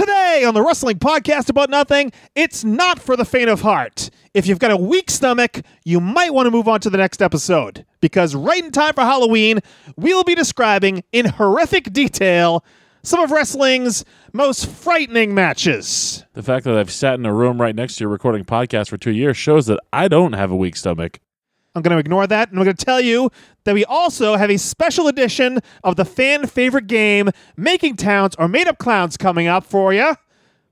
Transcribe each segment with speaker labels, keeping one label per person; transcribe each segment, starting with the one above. Speaker 1: today on the Wrestling Podcast About Nothing, it's not for the faint of heart. If you've got a weak stomach, you might want to move on to the next episode because right in time for Halloween, we'll be describing in horrific detail some of wrestling's most frightening matches.
Speaker 2: The fact that I've sat in a room right next to you recording podcasts for two years shows that I don't have a weak stomach.
Speaker 1: I'm going to ignore that, and I'm going to tell you that we also have a special edition of the fan favorite game, Making Towns or Made Up Clowns, coming up for you.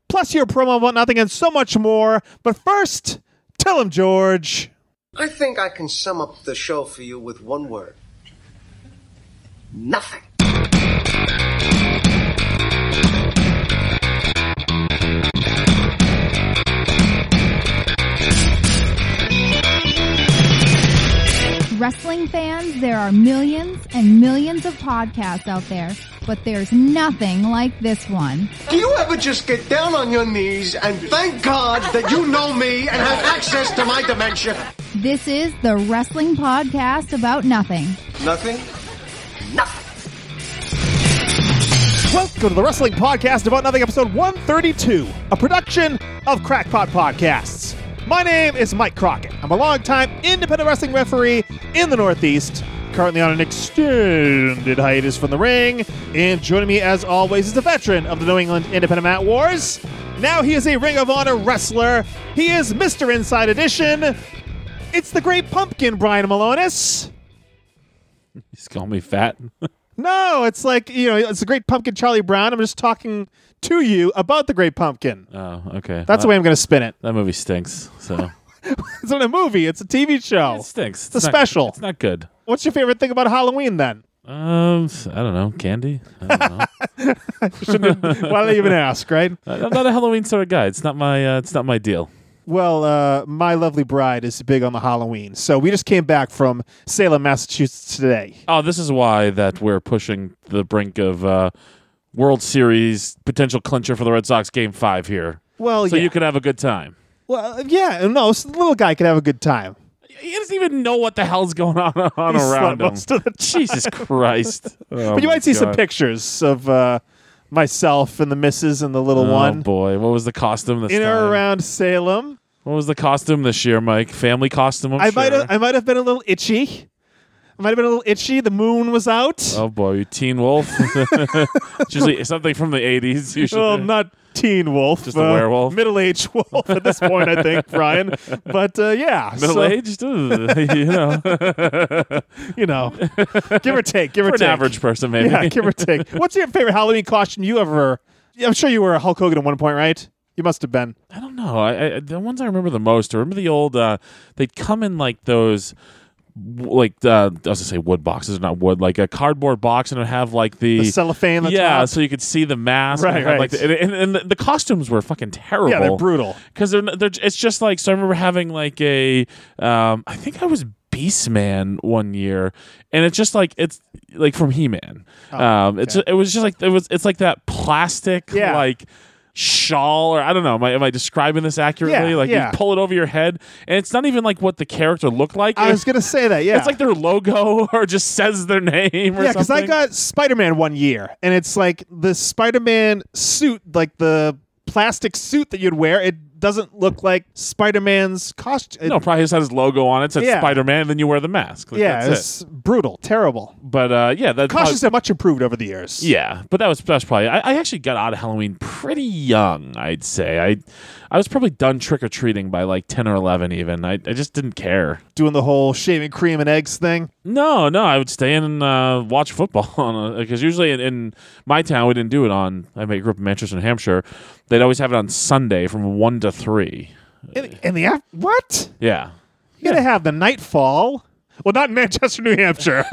Speaker 1: Plus your promo about nothing and so much more. But first, tell him, George.
Speaker 3: I think I can sum up the show for you with one word. Nothing.
Speaker 4: Wrestling fans, there are millions and millions of podcasts out there, but there's nothing like this one.
Speaker 3: Do you ever just get down on your knees and thank God that you know me and have access to my dementia?
Speaker 4: This is the Wrestling Podcast About Nothing.
Speaker 3: Nothing? Nothing.
Speaker 1: Welcome to the Wrestling Podcast About Nothing, episode 132, a production of Crackpot Podcasts. My name is Mike Crockett. I'm a longtime independent wrestling referee in the Northeast, currently on an extended hiatus from the ring. And joining me, as always, is the veteran of the New England Independent Mat Wars. Now he is a Ring of Honor wrestler. He is Mr. Inside Edition. It's the great pumpkin, Brian Malonis.
Speaker 2: He's calling me fat.
Speaker 1: No, it's like, you know, it's the great pumpkin, Charlie Brown. I'm just talking to you about the great pumpkin.
Speaker 2: oh, okay.
Speaker 1: That's the way I'm going to spin it.
Speaker 2: That movie stinks. So
Speaker 1: It's not a movie. It's a TV show.
Speaker 2: it stinks.
Speaker 1: It's a
Speaker 2: not-
Speaker 1: special.
Speaker 2: It's not good.
Speaker 1: What's your favorite thing about Halloween then?
Speaker 2: Um, I don't know. Candy. Uh, I don't know.
Speaker 1: Shouldn't have- why did I even ask, right?
Speaker 2: I'm not a Halloween sort of guy. It's not my. Uh, it's not my deal.
Speaker 1: Well, uh, my lovely bride is big on the Halloween, so we just came back from Salem, Massachusetts today.
Speaker 2: Oh, this is why that we're pushing the brink of uh, World Series potential clincher for the Red Sox Game Five here.
Speaker 1: Well,
Speaker 2: so
Speaker 1: yeah.
Speaker 2: you could have a good time.
Speaker 1: Well, uh, yeah, no, so the little guy could have a good time.
Speaker 2: He doesn't even know what the hell's going on, on
Speaker 1: He slept
Speaker 2: around him. Oh
Speaker 1: most of the time.
Speaker 2: Jesus Christ!
Speaker 1: but you might see some pictures of uh, myself and the missus and the little
Speaker 2: Oh
Speaker 1: one
Speaker 2: boy, what was the costume this
Speaker 1: in
Speaker 2: time?
Speaker 1: or around Salem.
Speaker 2: What was the costume this year, Mike? Family costume. I'm
Speaker 1: I
Speaker 2: sure.
Speaker 1: might have, I might have been a little itchy. I might have been a little itchy. The moon was out.
Speaker 2: Oh boy, you Teen Wolf. It's usually something from the '80s. Usually,
Speaker 1: Well, not Teen Wolf, uh,
Speaker 2: Just a werewolf.
Speaker 1: middle-aged wolf at this point, I think, Brian. But uh, yeah, so,
Speaker 2: middle-aged. you know,
Speaker 1: you know, give or take, give or
Speaker 2: for an
Speaker 1: take,
Speaker 2: average person, maybe.
Speaker 1: yeah, give or take. What's your favorite Halloween costume you ever? yeah, I'm sure you were a Hulk Hogan at one point, right? You must have been.
Speaker 2: I don't know. I, I the ones I remember the most. I remember the old. Uh, they'd come in like those, w- like uh, I was gonna say wood boxes, not wood, like a cardboard box, and it'd have like the,
Speaker 1: The cellophane on the
Speaker 2: yeah,
Speaker 1: top.
Speaker 2: so you could see the mask.
Speaker 1: Right,
Speaker 2: and have, Like
Speaker 1: right.
Speaker 2: the, and, and the, the costumes were fucking terrible.
Speaker 1: Yeah, they're brutal.
Speaker 2: because they're, n- they're it's just like so i remember having like a um i think i was beastman one year and it's just like it's like from he-man
Speaker 1: Oh,
Speaker 2: um it's it was just like it was it's like that plastic
Speaker 1: Yeah.
Speaker 2: like shawl or i don't know am i, am I describing this accurately
Speaker 1: Yeah,
Speaker 2: like
Speaker 1: yeah.
Speaker 2: you pull it over your head and it's not even like what the character looked like
Speaker 1: I
Speaker 2: It-
Speaker 1: was gonna say that. Yeah,
Speaker 2: it's like their logo or just says their name or
Speaker 1: yeah, because
Speaker 2: something
Speaker 1: I got Spider-Man one year, and it's like the Spider-Man suit, like the plastic suit that you'd wear. It doesn't look like Spider-Man's costume.
Speaker 2: no, probably just has his logo on it. Says
Speaker 1: Yeah.
Speaker 2: Spider-Man, and then you wear the mask. Like,
Speaker 1: yeah,
Speaker 2: that's
Speaker 1: it's
Speaker 2: it.
Speaker 1: brutal, terrible.
Speaker 2: But uh, yeah, that's probably-
Speaker 1: Costumes have much improved over the years.
Speaker 2: Yeah, but that was that's probably. I, I actually got out of Halloween pretty young. I'd say I, I was probably done trick or treating by like ten or eleven. Even I, I just didn't care.
Speaker 1: doing the whole shaving cream and eggs thing.
Speaker 2: No, no, I would stay in and uh, watch football on because usually in, in my town we didn't do it on. I mean, I grew up in Manchester, New Hampshire. They'd always have it on Sunday from one to three.
Speaker 1: And, and the af- what?
Speaker 2: Yeah.
Speaker 1: You gotta have the nightfall. Well, not in Manchester, New Hampshire.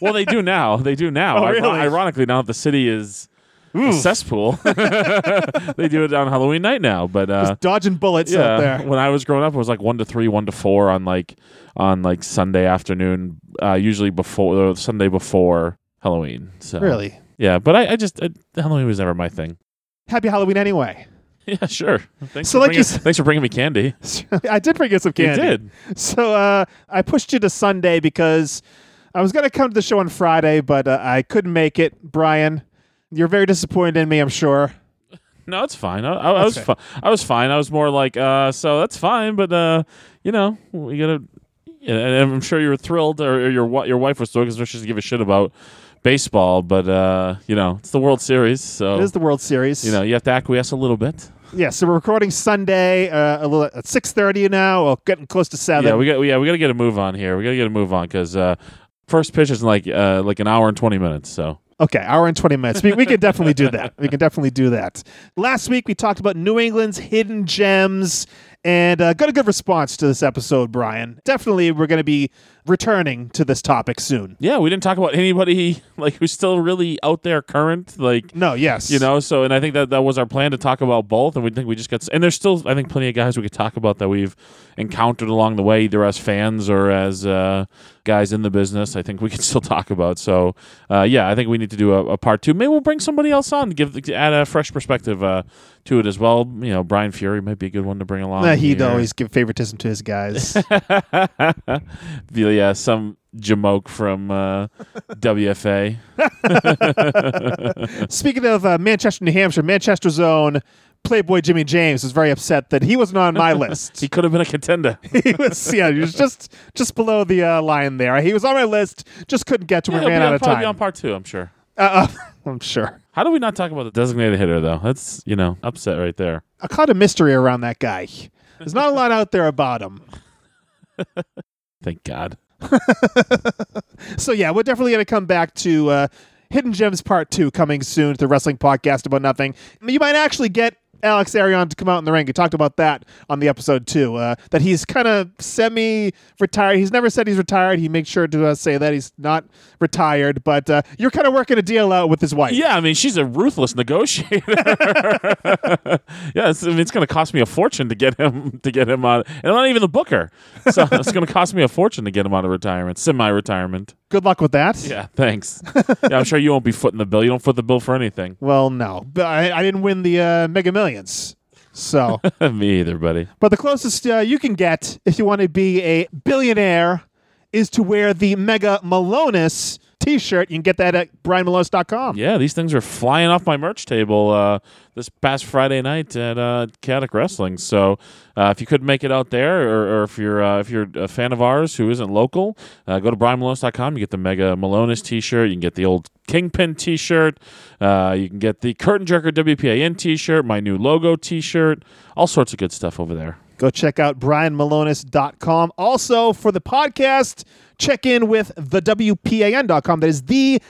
Speaker 2: Well, they do now. They do now.
Speaker 1: Oh,
Speaker 2: Iro-
Speaker 1: really?
Speaker 2: Ironically, now that the city is a cesspool, they do it on Halloween night now. But uh,
Speaker 1: Just dodging bullets out there.
Speaker 2: When I was growing up, it was like one to three, one to four on like on like Sunday afternoon, uh, usually before uh, Sunday before Halloween. So
Speaker 1: Really.
Speaker 2: yeah. But I, I just I, Halloween was never my thing.
Speaker 1: Happy Halloween, anyway.
Speaker 2: Yeah, sure. Thanks
Speaker 1: So
Speaker 2: for
Speaker 1: like
Speaker 2: bringing,
Speaker 1: you s-
Speaker 2: thanks for bringing me candy.
Speaker 1: I did bring you some
Speaker 2: You
Speaker 1: candy.
Speaker 2: did.
Speaker 1: So uh, I pushed you to Sunday because I was gonna come to the show on Friday, but uh, I couldn't make it. Brian, you're very disappointed in me, I'm sure.
Speaker 2: No, it's fine. I, I, I was
Speaker 1: Okay.
Speaker 2: fi- I was fine. I was more like, uh, so that's fine, but uh, you know, we gotta. Yeah, and I'm sure you were thrilled, or, or your wi- your wife was thrilled because she doesn't give a shit about baseball. But uh, you know, it's the World Series, so
Speaker 1: It is the World Series.
Speaker 2: you know you have to acquiesce a little bit.
Speaker 1: Yeah, so we're recording Sunday uh, a little at six thirty now. Well, getting close to seven.
Speaker 2: yeah, we got yeah we gotta get a move on here. We gotta get a move on because uh, first pitch is in like uh, like an hour and twenty minutes. So
Speaker 1: Okay, hour and 20 minutes. We, we can definitely do that. We can definitely do that. Last week, we talked about New England's hidden gems and uh, got a good response to this episode, Brian. Definitely, we're going to be returning to this topic soon.
Speaker 2: yeah, we didn't talk about anybody like who's still really out there current like.
Speaker 1: No, yes.
Speaker 2: You know, so and I think that that was our plan to talk about both, and we think we just got s- and there's still I think plenty of guys we could talk about that we've encountered along the way, either as fans or as uh, guys in the business. I think we can still talk about. So uh, yeah, I think we need to do a, a part two. Maybe we'll bring somebody else on to give to add a fresh perspective uh, to it as well. You know, Brian Fury might be a good one to bring along.
Speaker 1: Uh, he'd
Speaker 2: here.
Speaker 1: always give favoritism to his guys.
Speaker 2: yeah, some jamoke from uh, WFA.
Speaker 1: Speaking of uh, Manchester, New Hampshire, Manchester's own Playboy Jimmy James was very upset that he wasn't on my list.
Speaker 2: He could have been a contender.
Speaker 1: he was yeah, he was just just below the uh, line there. He was on my list, just couldn't get to him.
Speaker 2: He'll
Speaker 1: We ran
Speaker 2: be on-
Speaker 1: out of
Speaker 2: probably be on
Speaker 1: time.
Speaker 2: part two, I'm sure.
Speaker 1: Uh, uh, I'm sure.
Speaker 2: How do we not talk about the designated hitter though? That's you know upset right there.
Speaker 1: I caught a mystery around that guy. There's not a lot out there about him.
Speaker 2: Thank God.
Speaker 1: So yeah, we're definitely going to come back to uh, Hidden Gems Part Two coming soon to the Wrestling Podcast about nothing. I mean, You might actually get Alex Arion to come out in the ring. We talked about that on the episode too. Uh, that he's kind of semi-retired. He's never said he's retired. He makes sure to uh, say that he's not retired. But uh, you're kind of working a deal out with his wife.
Speaker 2: Yeah, I mean she's a ruthless negotiator. yeah, it's, I mean, it's going to cost me a fortune to get him to get him out, and I'm not even the booker, so it's going to cost me a fortune to get him out of retirement, semi-retirement.
Speaker 1: Good luck with that.
Speaker 2: Yeah, thanks. yeah, I'm sure you won't be footing the bill. You don't foot the bill for anything.
Speaker 1: Well, no, but I, I didn't win the uh, Mega Millions. So.
Speaker 2: me either, buddy.
Speaker 1: But the closest uh, you can get if you want to be a billionaire is to wear the Mega Malonis t shirt. You can get that at brianmalonis.com.
Speaker 2: Yeah, these things are flying off my merch table uh, this past Friday night at uh, Chaotic Wrestling. So uh, if you couldn't make it out there, or, or if you're uh, if you're a fan of ours who isn't local, uh, go to brianmalonis.com. You get the Mega Malonis T-shirt. You can get the old Kingpin T-shirt. Uh, you can get the Curtain Jerker WPAN T-shirt. My new logo T-shirt. All sorts of good stuff over there.
Speaker 1: Go check out brianmalonis.com. Also, for the podcast, check in with the WPAN.com. That is the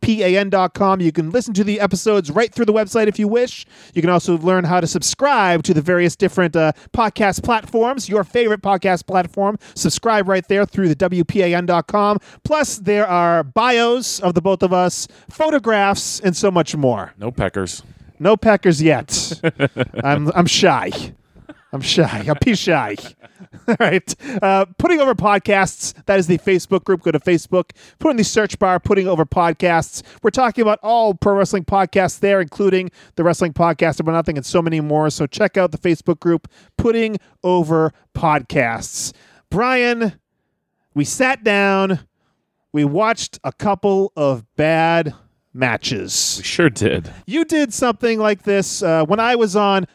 Speaker 1: WPAN.com. You can listen to the episodes right through the website if you wish. You can also learn how to subscribe to the various different uh, podcast platforms, your favorite podcast platform. Subscribe right there through the WPAN.com. Plus, there are bios of the both of us, photographs, and so much more.
Speaker 2: No peckers.
Speaker 1: No Packers yet. I'm I'm shy. I'm shy. I'm pee shy. All right. Uh, putting over podcasts. That is the Facebook group. Go to Facebook. Put in the search bar. Putting over podcasts. We're talking about all pro wrestling podcasts there, including the Wrestling Podcast About Nothing and so many more. So check out the Facebook group. Putting over podcasts. Brian, we sat down. We watched a couple of bad matches.
Speaker 2: Sure did.
Speaker 1: You did something like this uh, when I was on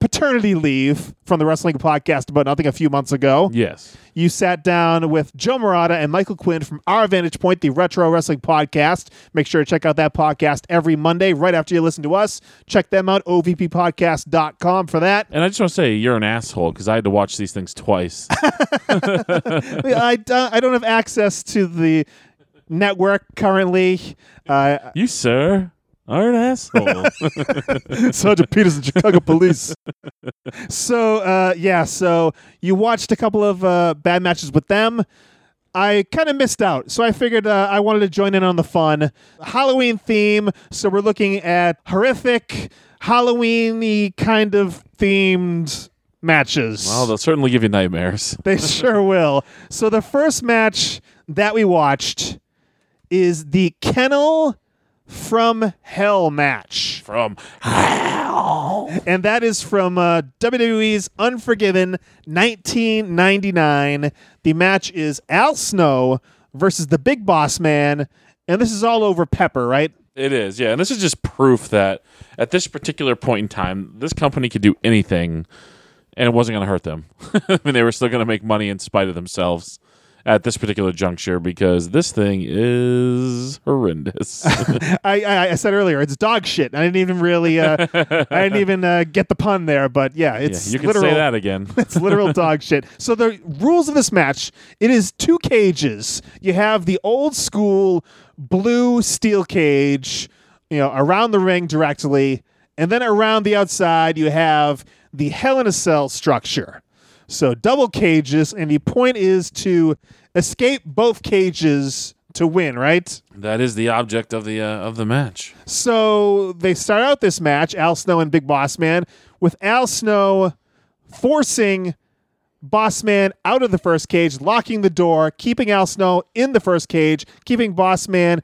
Speaker 1: paternity leave from the wrestling podcast about nothing a few months ago.
Speaker 2: Yes.
Speaker 1: You sat down with Joe Morata and Michael Quinn from Our Vantage Point, the Retro Wrestling Podcast. Make sure to check out that podcast every Monday right after you listen to us. Check them out, ovppodcast.com for that.
Speaker 2: And I just want to say you're an asshole because I had to watch these things twice.
Speaker 1: I, don't- I don't have access to the network currently. Uh,
Speaker 2: you sir are an asshole.
Speaker 1: Sergeant Peterson, Chicago Police. So uh, yeah, so you watched a couple of uh, bad matches with them. I kind of missed out, so I figured uh, I wanted to join in on the fun. Halloween theme, so we're looking at horrific Halloween-y kind of themed matches.
Speaker 2: Well, Oh, they'll certainly give you nightmares.
Speaker 1: They sure will. So the first match that we watched is the Kennel from Hell match.
Speaker 2: From
Speaker 1: and that is from uh, WWE's Unforgiven 1999. The match is Al Snow versus the Big Boss Man, and this is all over Pepper, right?
Speaker 2: It is, yeah. And this is just proof that at this particular point in time, this company could do anything and it wasn't going to hurt them. I mean, they were still going to make money in spite of themselves at this particular juncture because this thing is horrendous.
Speaker 1: I, I, I said earlier it's dog shit. I didn't even really, uh, I didn't even uh, get the pun there, but yeah,
Speaker 2: Yeah,
Speaker 1: it's
Speaker 2: you can
Speaker 1: literal.
Speaker 2: say that again.
Speaker 1: It's literal dog shit. So the rules of this match: it is two cages. You have the old school blue steel cage, you know, around the ring directly, and then around the outside you have the Hell in a Cell structure. So double cages, and the point is to escape both cages to win, right?
Speaker 2: that is the object of the uh, of the match.
Speaker 1: So they start out this match, Al Snow and Big Boss Man, with Al Snow forcing Boss Man out of the first cage, locking the door, keeping Al Snow in the first cage, keeping Boss Man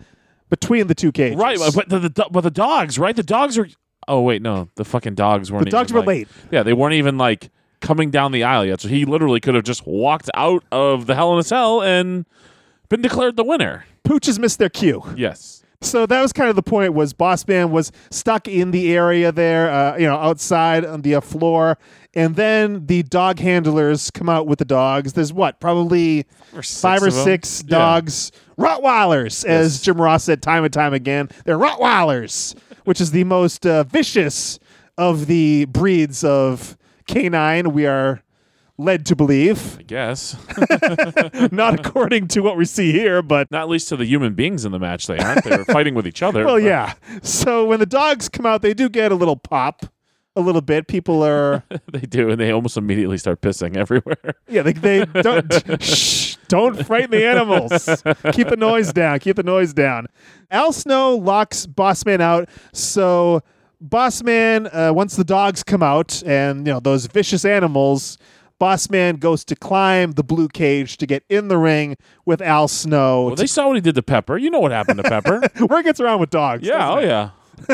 Speaker 1: between the two cages.
Speaker 2: Right, but the, the do- but the dogs, right? The dogs are. Oh wait, no, the fucking dogs weren't.
Speaker 1: The dogs
Speaker 2: even,
Speaker 1: were
Speaker 2: like-
Speaker 1: late.
Speaker 2: Yeah, they weren't even like coming down the aisle yet. So he literally could have just walked out of the Hell in a Cell and been declared the winner.
Speaker 1: Pooches missed their cue.
Speaker 2: Yes.
Speaker 1: So that was kind of the point. Was Boss Man was stuck in the area there, uh, you know, outside on the uh, floor, and then the dog handlers come out with the dogs. There's what, probably
Speaker 2: Or six
Speaker 1: five or
Speaker 2: of 'em.
Speaker 1: six
Speaker 2: Yeah.
Speaker 1: dogs, Rottweilers, as Jim Ross said time and time again. They're Rottweilers, which is the most uh, vicious of the breeds of canine. We are led to believe,
Speaker 2: I guess.
Speaker 1: not according to what we see here, but
Speaker 2: Not least to the human beings in the match, they aren't. They were fighting with each other.
Speaker 1: Well,
Speaker 2: but-
Speaker 1: yeah. So when the dogs come out, they do get a little pop, a little bit. People are,
Speaker 2: They do, and they almost immediately start pissing everywhere.
Speaker 1: yeah, they, they don't. shh, don't frighten the animals. Keep the noise down. Keep the noise down. Al Snow locks Bossman out, so Bossman, uh, once the dogs come out and you know those vicious animals, Bossman goes to climb the blue cage to get in the ring with Al Snow.
Speaker 2: Well, they saw what he did to Pepper. You know what happened to Pepper.
Speaker 1: Word gets around with dogs.
Speaker 2: yeah.
Speaker 1: doesn't
Speaker 2: Oh,
Speaker 1: it?
Speaker 2: yeah.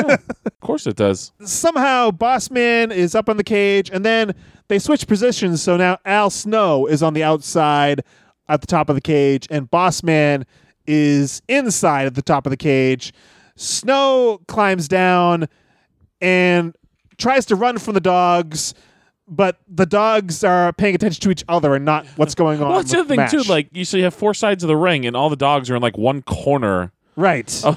Speaker 2: yeah. Of course it does.
Speaker 1: somehow Bossman is up on the cage, and then they switch positions. So now Al Snow is on the outside at the top of the cage, and Bossman is inside at the top of the cage. Snow climbs down and tries to run from the dogs. But the dogs are paying attention to each other and not what's going on.
Speaker 2: Well, that's the
Speaker 1: with
Speaker 2: other thing
Speaker 1: match.
Speaker 2: too. Like you, so you have four sides of the ring, and all the dogs are in like one corner
Speaker 1: right?
Speaker 2: oh,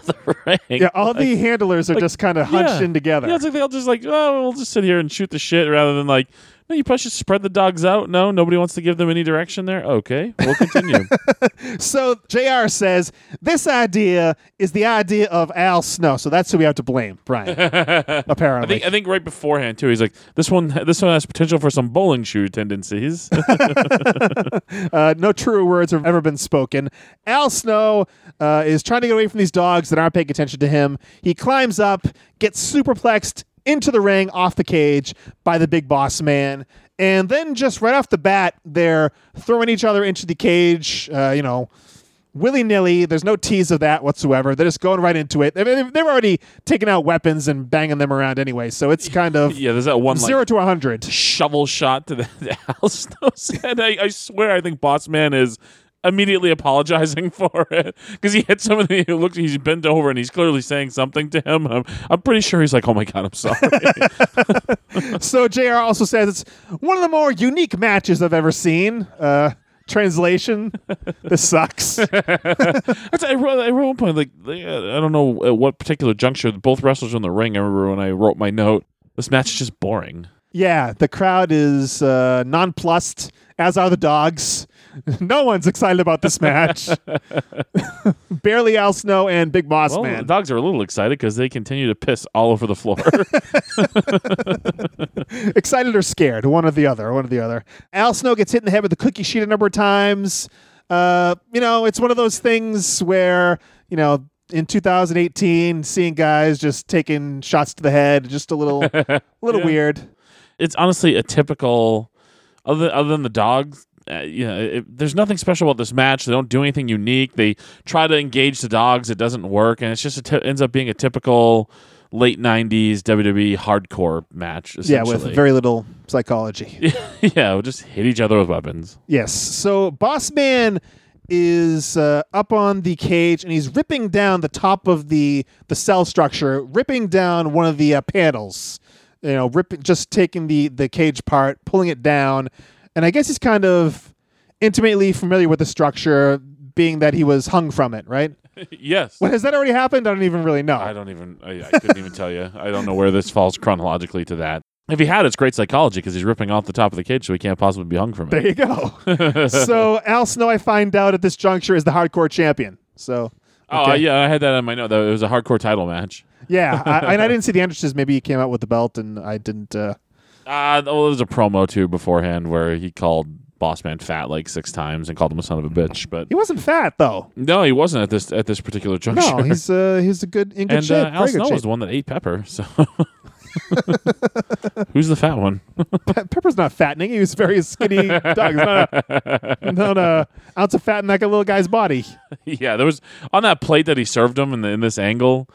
Speaker 2: of the ring.
Speaker 1: yeah, all the handlers are just kind of hunched
Speaker 2: Yeah.
Speaker 1: in together.
Speaker 2: Yeah, it's like they all just like, oh, we'll just sit here and shoot the shit rather than like, no, you probably should spread the dogs out. No, nobody wants to give them any direction there. Okay, we'll continue.
Speaker 1: So JR says this idea is the idea of Al Snow. So that's who we have to blame, Brian.
Speaker 2: I
Speaker 1: apparently.
Speaker 2: think I think right beforehand too. He's like, this one, this one has potential for some bowling shoe tendencies.
Speaker 1: uh, no truer words have ever been spoken. Al Snow uh, is trying to get away from these dogs that aren't paying attention to him. He climbs up, gets superplexed into the ring off the cage by the big boss man. And then just right off the bat, they're throwing each other into the cage, uh, you know, willy nilly. There's no tease of that whatsoever. They're just going right into it. I mean, they've- they've already taken out weapons and banging them around anyway. So it's kind of
Speaker 2: yeah, there's that one like,
Speaker 1: zero to a 100.
Speaker 2: shovel shot to the, the Al Snow's head. I, I swear, I think Boss Man is immediately apologizing for it because he hits him and he looks, he's bent over and he's clearly saying something to him. I'm, I'm pretty sure he's like, "Oh my god, I'm sorry."
Speaker 1: So JR also says it's one of the more unique matches I've ever seen. Uh, translation: This sucks.
Speaker 2: That's, I wrote, I wrote one point like they- uh, I don't know at what particular juncture both wrestlers were in the ring. I remember when I wrote my note, this match is just boring.
Speaker 1: yeah, the crowd is uh, nonplussed, as are the dogs. no one's excited about this match. Barely Al Snow and Big Boss
Speaker 2: Well, the
Speaker 1: Man.
Speaker 2: dogs are a little excited because they continue to piss all over the floor.
Speaker 1: excited or scared, one or the other, one or the other. Al Snow gets hit in the head with the cookie sheet a number of times. Uh, you know, it's one of those things where you know, in 2018, seeing guys just taking shots to the head, just a little, little weird.
Speaker 2: it's honestly a typical other other than the dogs uh, you know, it, there's nothing special about this match. They don't do anything unique. They try to engage the dogs. It doesn't work, and it's just a t- ends up being a typical late '90s WWE E hardcore match.
Speaker 1: Yeah, with
Speaker 2: essentially.
Speaker 1: very little psychology.
Speaker 2: yeah, we'll just hit each other with weapons.
Speaker 1: Yes. So Boss Man is uh, up on the cage and he's ripping down the top of the the cell structure, ripping down one of the uh, panels. You know, ripping just taking the the cage part, pulling it down, and I guess he's kind of intimately familiar with the structure, being that he was hung from it. Right?
Speaker 2: yes.
Speaker 1: What has that already happened? I don't even really know.
Speaker 2: I don't even. I, I couldn't even tell you. I don't know where this falls chronologically to that. If he had, it's great psychology because he's ripping off the top of the cage, so he can't possibly be hung from
Speaker 1: There
Speaker 2: it.
Speaker 1: you go. so Al Snow, I find out at this juncture is the hardcore champion. So.
Speaker 2: Oh, yeah, I had that on my note. Though it was a hardcore title match.
Speaker 1: Yeah, I, and I didn't see the entrances. Maybe he came out with the belt, and I didn't. Uh,
Speaker 2: Uh, well, there was a promo too beforehand where he called Boss Man fat like six times and called him a son of a bitch. But
Speaker 1: he wasn't fat though.
Speaker 2: no, he wasn't at this at this particular juncture.
Speaker 1: No, he's uh, he's a good in good
Speaker 2: and
Speaker 1: shape.
Speaker 2: uh,
Speaker 1: very
Speaker 2: Al
Speaker 1: good
Speaker 2: Snow was
Speaker 1: shape.
Speaker 2: the one that ate Pepper. So who's the fat one?
Speaker 1: Pe- Pepper's not fattening. He was very skinny dog. He's not a, not a ounce of fat in that little guy's body.
Speaker 2: yeah, there was on that plate that he served him in, the, in this angle.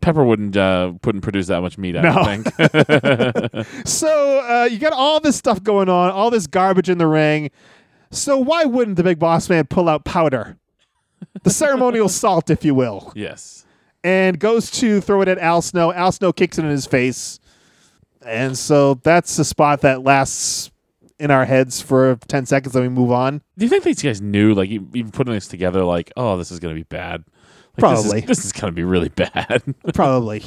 Speaker 2: Pepper wouldn't uh, wouldn't produce that much meat. I don't think.
Speaker 1: So uh, you got all this stuff going on, all this garbage in the ring. So why wouldn't the big boss man pull out powder, the ceremonial salt, if you will,
Speaker 2: yes.
Speaker 1: and goes to throw it at Al Snow. Al Snow kicks it in his face, and so that's the spot that lasts in our heads for ten seconds. Then we move on.
Speaker 2: Do you think these guys knew, like, e- even putting this together, like, oh, this is gonna be bad. Like, this is-
Speaker 1: Probably.
Speaker 2: this is, gonna be really bad.
Speaker 1: Probably.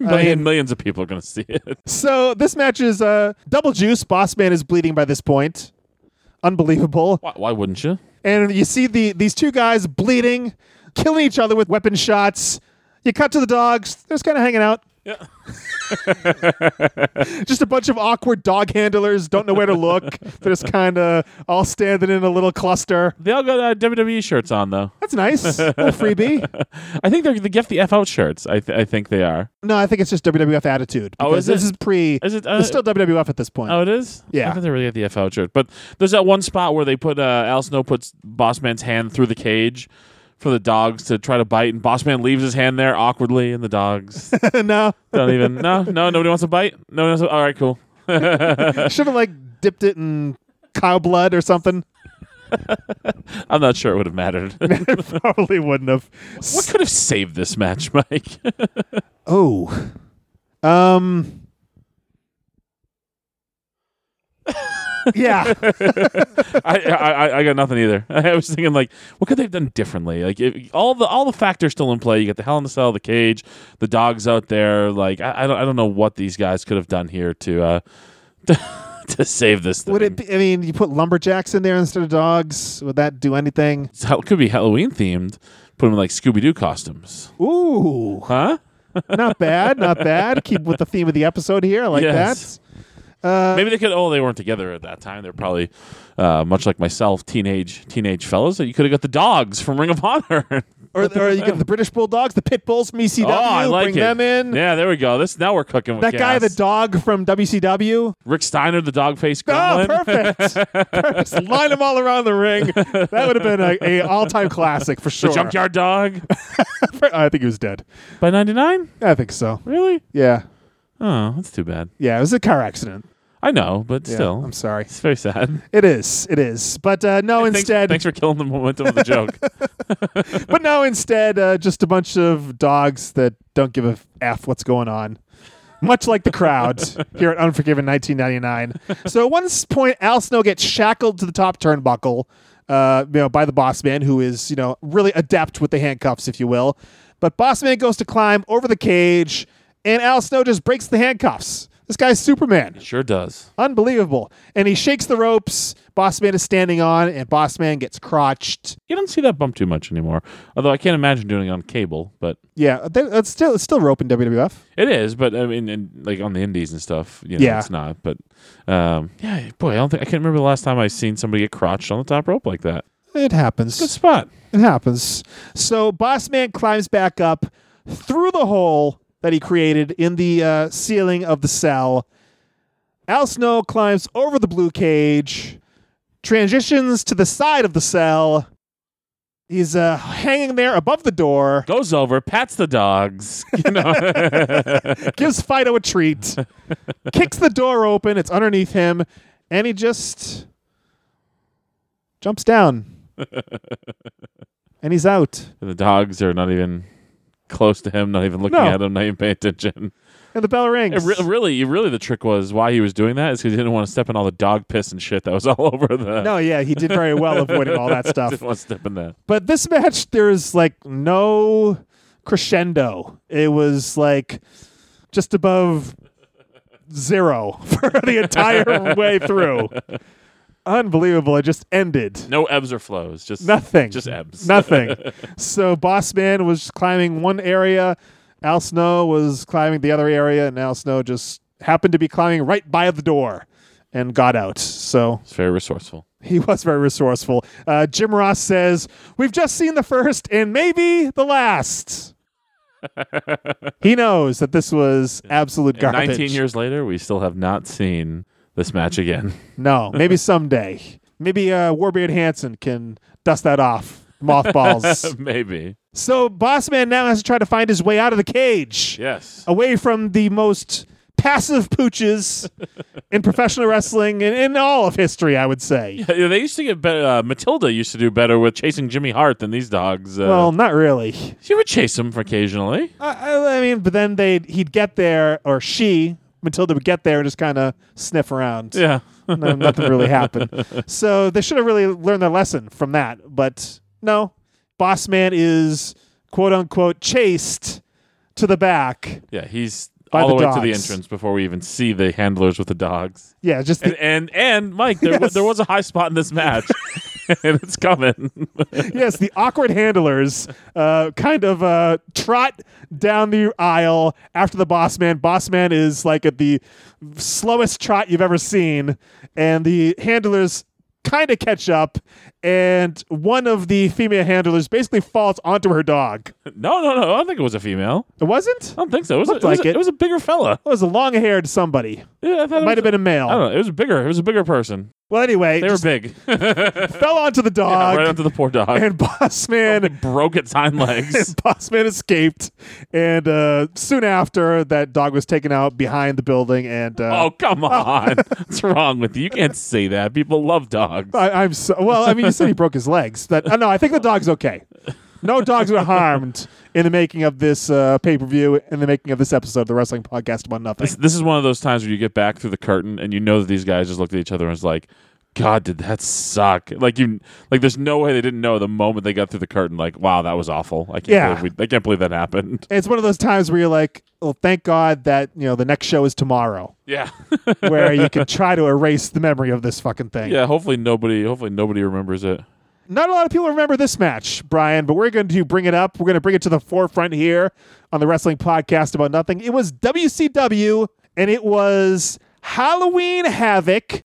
Speaker 1: I
Speaker 2: Million,
Speaker 1: mean,
Speaker 2: millions of people are gonna see it.
Speaker 1: so this match is uh, double juice. Boss man is bleeding by this point. Unbelievable.
Speaker 2: Why, why wouldn't you?
Speaker 1: And you see the these two guys bleeding, killing each other with weapon shots. You cut to the dogs. They're just kind of hanging out.
Speaker 2: Yeah.
Speaker 1: just a bunch of awkward dog handlers. Don't know where to look. They're just kind of all standing in a little cluster.
Speaker 2: They all got uh, WWE shirts on though.
Speaker 1: That's nice. A little freebie.
Speaker 2: I think they're the gift the f out shirts. I, th- I think they are.
Speaker 1: No, I think it's just WWF attitude.
Speaker 2: Oh,
Speaker 1: because
Speaker 2: is it?
Speaker 1: this is pre.
Speaker 2: Is it, uh,
Speaker 1: it's still WWF at this point.
Speaker 2: Oh, it is.
Speaker 1: Yeah.
Speaker 2: I thought they really got the f out shirt. But there's that one spot where they put uh, Al Snow puts Bossman's hand through the cage for the dogs to try to bite, and Bossman leaves his hand there awkwardly, and the dogs
Speaker 1: no,
Speaker 2: don't even. No, no, nobody wants to bite. No one wants to, All right, cool.
Speaker 1: should have like dipped it in cow blood or something.
Speaker 2: I'm not sure it would have mattered.
Speaker 1: Probably wouldn't have.
Speaker 2: what could have saved this match, Mike?
Speaker 1: Oh. Um. yeah.
Speaker 2: I, I I- I got nothing either. I was thinking like, what could they have done differently? Like if, all the all the factors still in play. You got the Hell in the Cell, the cage, the dogs out there. Like I, I don't I don't know what these guys could have done here to uh to save this. Thing.
Speaker 1: Would it be, I mean, you put lumberjacks in there instead of dogs. Would that do anything?
Speaker 2: It's hel- could be Halloween themed. Put them in like Scooby Doo costumes,
Speaker 1: Ooh.
Speaker 2: huh?
Speaker 1: Not bad. Not bad. Keep with the theme of the episode here. I like
Speaker 2: Yes.
Speaker 1: that. Uh,
Speaker 2: Maybe they could. Oh, they weren't together at that time. They're probably uh, much like myself, teenage teenage fellows. So you could have got the dogs from Ring of Honor.
Speaker 1: or, or you get the British Bulldogs, the Pit Bulls from ECW.
Speaker 2: oh, I like
Speaker 1: bring
Speaker 2: it.
Speaker 1: them in.
Speaker 2: Yeah, there we go. This now we're cooking with
Speaker 1: That guy, the
Speaker 2: gas.
Speaker 1: dog from WCW.
Speaker 2: Rick Steiner, the dog face
Speaker 1: Oh,
Speaker 2: gremlin.
Speaker 1: perfect. perfect. Just Line them all around the ring. That would have been a, a all time classic for sure.
Speaker 2: The junkyard dog
Speaker 1: I think he was dead.
Speaker 2: by ninety nine.
Speaker 1: I think so.
Speaker 2: Really?
Speaker 1: Yeah.
Speaker 2: Oh, that's too bad.
Speaker 1: Yeah, it was a car accident.
Speaker 2: I know, but
Speaker 1: Yeah,
Speaker 2: still,
Speaker 1: I'm sorry.
Speaker 2: it's very sad.
Speaker 1: It is. It is. But uh, no,
Speaker 2: Thanks-
Speaker 1: instead,
Speaker 2: thanks, for killing the momentum of the joke.
Speaker 1: but no, instead, uh, just a bunch of dogs that don't give a f what's going on. Much like the crowd here at Unforgiven 1999. So at one s- point, Al Snow gets shackled to the top turnbuckle, uh, you know, by the boss man, who is you know really adept with the handcuffs, if you will. But boss man goes to climb over the cage, and Al Snow just breaks the handcuffs. This guy's Superman.
Speaker 2: sure does.
Speaker 1: Unbelievable. And he shakes the ropes. Bossman is standing on, and Bossman gets crotched.
Speaker 2: You don't see that bump too much anymore. Although I can't imagine doing it on cable, but
Speaker 1: Yeah, that- that's still it's still rope in WWF.
Speaker 2: it is. But I mean, and, like on the indies and stuff, you know,
Speaker 1: Yeah.
Speaker 2: it's not. But um, yeah, boy, I don't think I can't remember the last time I've seen somebody get crotched on the top rope like that.
Speaker 1: It
Speaker 2: Good
Speaker 1: happens.
Speaker 2: spot.
Speaker 1: It happens. So Bossman climbs back up through the hole that he created in the uh, ceiling of the cell. Al Snow climbs over the blue cage, transitions to the side of the cell. He's uh, hanging there above the door,
Speaker 2: Goes over, pats the dogs. You know,
Speaker 1: gives Fido a treat, kicks the door open. It's underneath him, and he just jumps down and he's out.
Speaker 2: And the dogs are not even close to him, not even looking
Speaker 1: No.
Speaker 2: at him, not even paying attention.
Speaker 1: And the bell rings.
Speaker 2: It re- really, really, the trick was why he was doing that is because he didn't want to step in all the dog piss and shit that was all over the.
Speaker 1: no, yeah, he did very well avoiding all that stuff.
Speaker 2: didn't want to step in that.
Speaker 1: But this match, there's like no crescendo. It was like just above zero for the entire way through. Unbelievable. It just ended.
Speaker 2: No ebbs or flows, just
Speaker 1: Nothing.
Speaker 2: just ebbs.
Speaker 1: Nothing. so Boss Man was climbing one area, Al Snow was climbing the other area, and Al Snow just happened to be climbing right by the door and got out. So
Speaker 2: It's very resourceful.
Speaker 1: he was very resourceful. Uh, Jim Ross says, We've just seen the first and maybe the last. he knows that this was absolute
Speaker 2: And
Speaker 1: garbage.
Speaker 2: 19 years later, we still have not seen this match again.
Speaker 1: No, maybe someday. Maybe uh, Warbeard Hanson can dust that off. Mothballs.
Speaker 2: Maybe.
Speaker 1: so Bossman now has to try to find his way out of the cage.
Speaker 2: Yes.
Speaker 1: away from the most passive pooches in professional wrestling and in all of history, I would say.
Speaker 2: Yeah, They used to get better. Uh, Matilda used to do better with chasing Jimmy Hart than these dogs. Uh,
Speaker 1: Well, not really.
Speaker 2: she would chase him occasionally.
Speaker 1: I, I- I mean, but then they would he'd get there, or she Matilda would get there and just kind of sniff around.
Speaker 2: Yeah.
Speaker 1: No, nothing really happened. So they should have really learned their lesson from that. But no, Boss Man is quote unquote chased to the back.
Speaker 2: Yeah, he's
Speaker 1: By
Speaker 2: all
Speaker 1: the
Speaker 2: the, way to the
Speaker 1: dogs.
Speaker 2: entrance before we even see the handlers with the dogs.
Speaker 1: Yeah, just the
Speaker 2: And and, and Mike, there, wa-
Speaker 1: Yes.
Speaker 2: there was a high spot in this match, and it's coming.
Speaker 1: yes, the awkward handlers uh, kind of uh, trot down the aisle after the boss man. Boss man is like at the slowest trot you've ever seen, and the handlers kind of catch up, and one of the female handlers basically falls onto her dog.
Speaker 2: no, no, no. I don't think it was a female.
Speaker 1: It wasn't?
Speaker 2: I don't think so. It was, a, it,
Speaker 1: Looked
Speaker 2: was
Speaker 1: like
Speaker 2: a,
Speaker 1: it.
Speaker 2: it was a bigger fella.
Speaker 1: It was a long haired somebody.
Speaker 2: Yeah, I thought
Speaker 1: It might have been a
Speaker 2: I don't
Speaker 1: male.
Speaker 2: know. It was bigger. It was a bigger person.
Speaker 1: Well, anyway,
Speaker 2: They were
Speaker 1: just
Speaker 2: big.
Speaker 1: fell onto the dog,
Speaker 2: right onto the poor dog.
Speaker 1: and boss man.
Speaker 2: broke its hind legs.
Speaker 1: and Bossman escaped, and uh, soon after, that dog was taken out behind the building. And uh,
Speaker 2: oh come on! What's wrong with you? You can't say that. People love dogs.
Speaker 1: I, I'm so well. I mean, you said he broke his legs. That uh, no, I think the dog's okay. No dogs were harmed in the making of this uh, pay per view, in the making of this episode of the Wrestling Podcast About Nothing.
Speaker 2: This, this is one of those times where you get back through the curtain and you know that these guys just looked at each other and was like, "God, did that suck?" Like you, like there's no way they didn't know the moment they got through the curtain. Like, wow, that was awful. I can't
Speaker 1: Yeah.
Speaker 2: believe we, I can't believe that happened.
Speaker 1: It's one of those times where you're like, well, thank God that you know the next show is tomorrow,
Speaker 2: Yeah,
Speaker 1: where you can try to erase the memory of this fucking thing.
Speaker 2: yeah. Hopefully nobody, hopefully nobody remembers it.
Speaker 1: Not a lot of people remember this match, Brian, but we're going to bring it up. We're going to bring it to the forefront here on the Wrestling Podcast About Nothing. It was WCW, and it was Halloween Havoc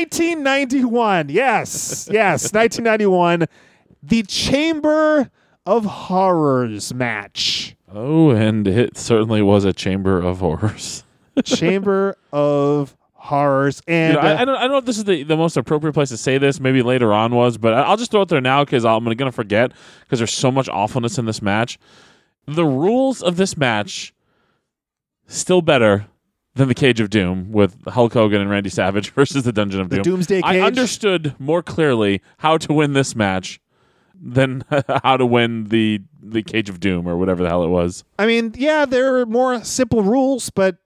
Speaker 1: 1991. Yes, yes, 1991. The Chamber of Horrors match.
Speaker 2: Oh, and it certainly was a chamber of horrors.
Speaker 1: Chamber of Horrors. And
Speaker 2: You know, I,
Speaker 1: uh,
Speaker 2: I don't. I don't know if this is the, the most appropriate place to say this. Maybe later on was, but I, I'll just throw it there now because I'm gonna forget because there's so much awfulness in this match. The rules of this match still better than the Cage of Doom with Hulk Hogan and Randy Savage versus the Dungeon of
Speaker 1: The
Speaker 2: Doom.
Speaker 1: Doomsday
Speaker 2: I
Speaker 1: Cage?
Speaker 2: understood more clearly how to win this match than how to win the the Cage of Doom or whatever the hell it was.
Speaker 1: I mean, yeah, there are more simple rules, but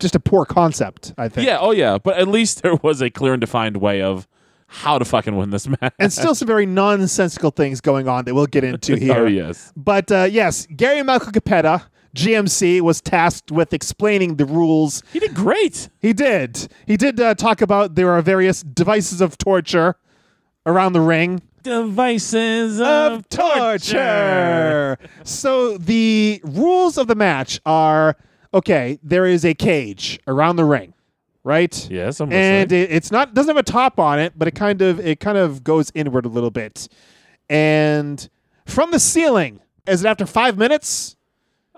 Speaker 1: just a poor concept, I think.
Speaker 2: Yeah. Oh yeah. But at least there was a clear and defined way of how to fucking win this match.
Speaker 1: and still some very nonsensical things going on that we'll get into here.
Speaker 2: Oh yes.
Speaker 1: But uh, yes, Gary Michael Capetta, GMC, was tasked with explaining the rules.
Speaker 2: He did great.
Speaker 1: He did. He did uh, talk about there are various devices of torture around the ring.
Speaker 2: Devices
Speaker 1: Of torture. so the rules of the match are okay. There is a cage around the ring, right?
Speaker 2: Yes, I'm
Speaker 1: and
Speaker 2: listening.
Speaker 1: it, it's not doesn't have a top on it, but it kind of it kind of goes inward a little bit, and from the ceiling. Is it after five minutes?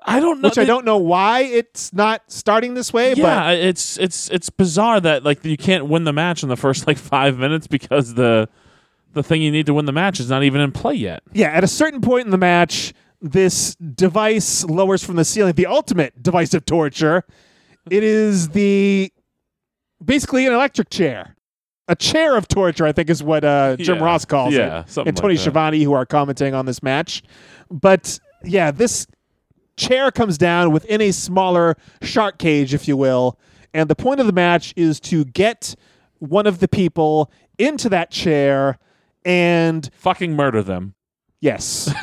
Speaker 2: I don't know.
Speaker 1: Which I
Speaker 2: they-
Speaker 1: don't know why it's not starting this way,
Speaker 2: Uh, Yeah, I- it's it's it's bizarre that like you can't win the match in the first like five minutes because the the thing you need to win the match is not even in play yet.
Speaker 1: but yeah, at a certain point in the match, this device lowers from the ceiling, the ultimate device of torture. It is the basically an electric chair. a chair of torture, I think is what uh, Jim
Speaker 2: Yeah.
Speaker 1: Ross calls
Speaker 2: Yeah,
Speaker 1: it.
Speaker 2: something
Speaker 1: And
Speaker 2: like
Speaker 1: Tony
Speaker 2: that.
Speaker 1: Schiavone, who are commenting on this match. But yeah, this chair comes down within a smaller shark cage, if you will. And the point of the match is to get one of the people into that chair and
Speaker 2: Fucking murder them.
Speaker 1: yes.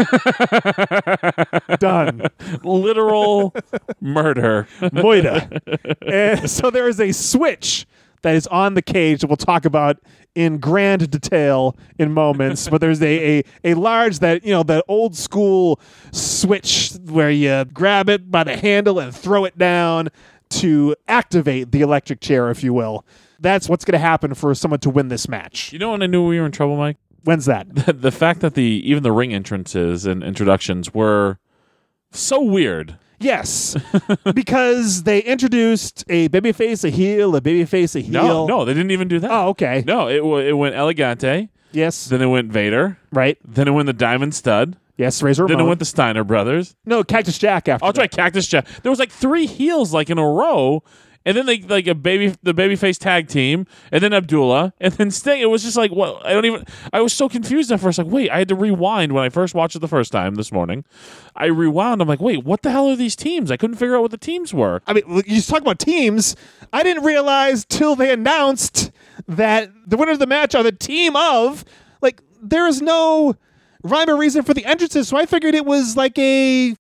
Speaker 1: Done.
Speaker 2: Literal murder.
Speaker 1: Moida. and so there is a switch that is on the cage that we'll talk about in grand detail in moments. but there's a, a a large that you know that old school switch where you grab it by the handle and throw it down to activate the electric chair, if you will. That's what's going to happen for someone to win this match.
Speaker 2: You know when I knew we were in trouble, Mike?
Speaker 1: When's that?
Speaker 2: the fact that the even the ring entrances and introductions were so weird.
Speaker 1: Yes, because they introduced a babyface, a heel, a babyface, a heel.
Speaker 2: No, no, they didn't even do that.
Speaker 1: Oh, okay.
Speaker 2: No, it wa it went Elegante,
Speaker 1: Yes.
Speaker 2: then it went Vader,
Speaker 1: right.
Speaker 2: then it went the Diamond Stud,
Speaker 1: Yes. Razor.
Speaker 2: then it
Speaker 1: Ramon.
Speaker 2: went the Steiner Brothers.
Speaker 1: No, Cactus Jack after.
Speaker 2: Oh, that's right, Cactus Jack. There was like three heels like in a row, and then like like a baby the babyface tag team, and then Abdullah, and then Sting. It was just like what I don't even. I was so confused at first. Like wait, I had to rewind when I first watched it the first time this morning. I rewound. I'm like wait, what the hell are these teams? I couldn't figure out what the teams were.
Speaker 1: I mean, look, you talk about teams. I didn't realize till they announced that the winner of the match are the team of. Like, there is no rhyme or reason for the entrances, so I figured it was like a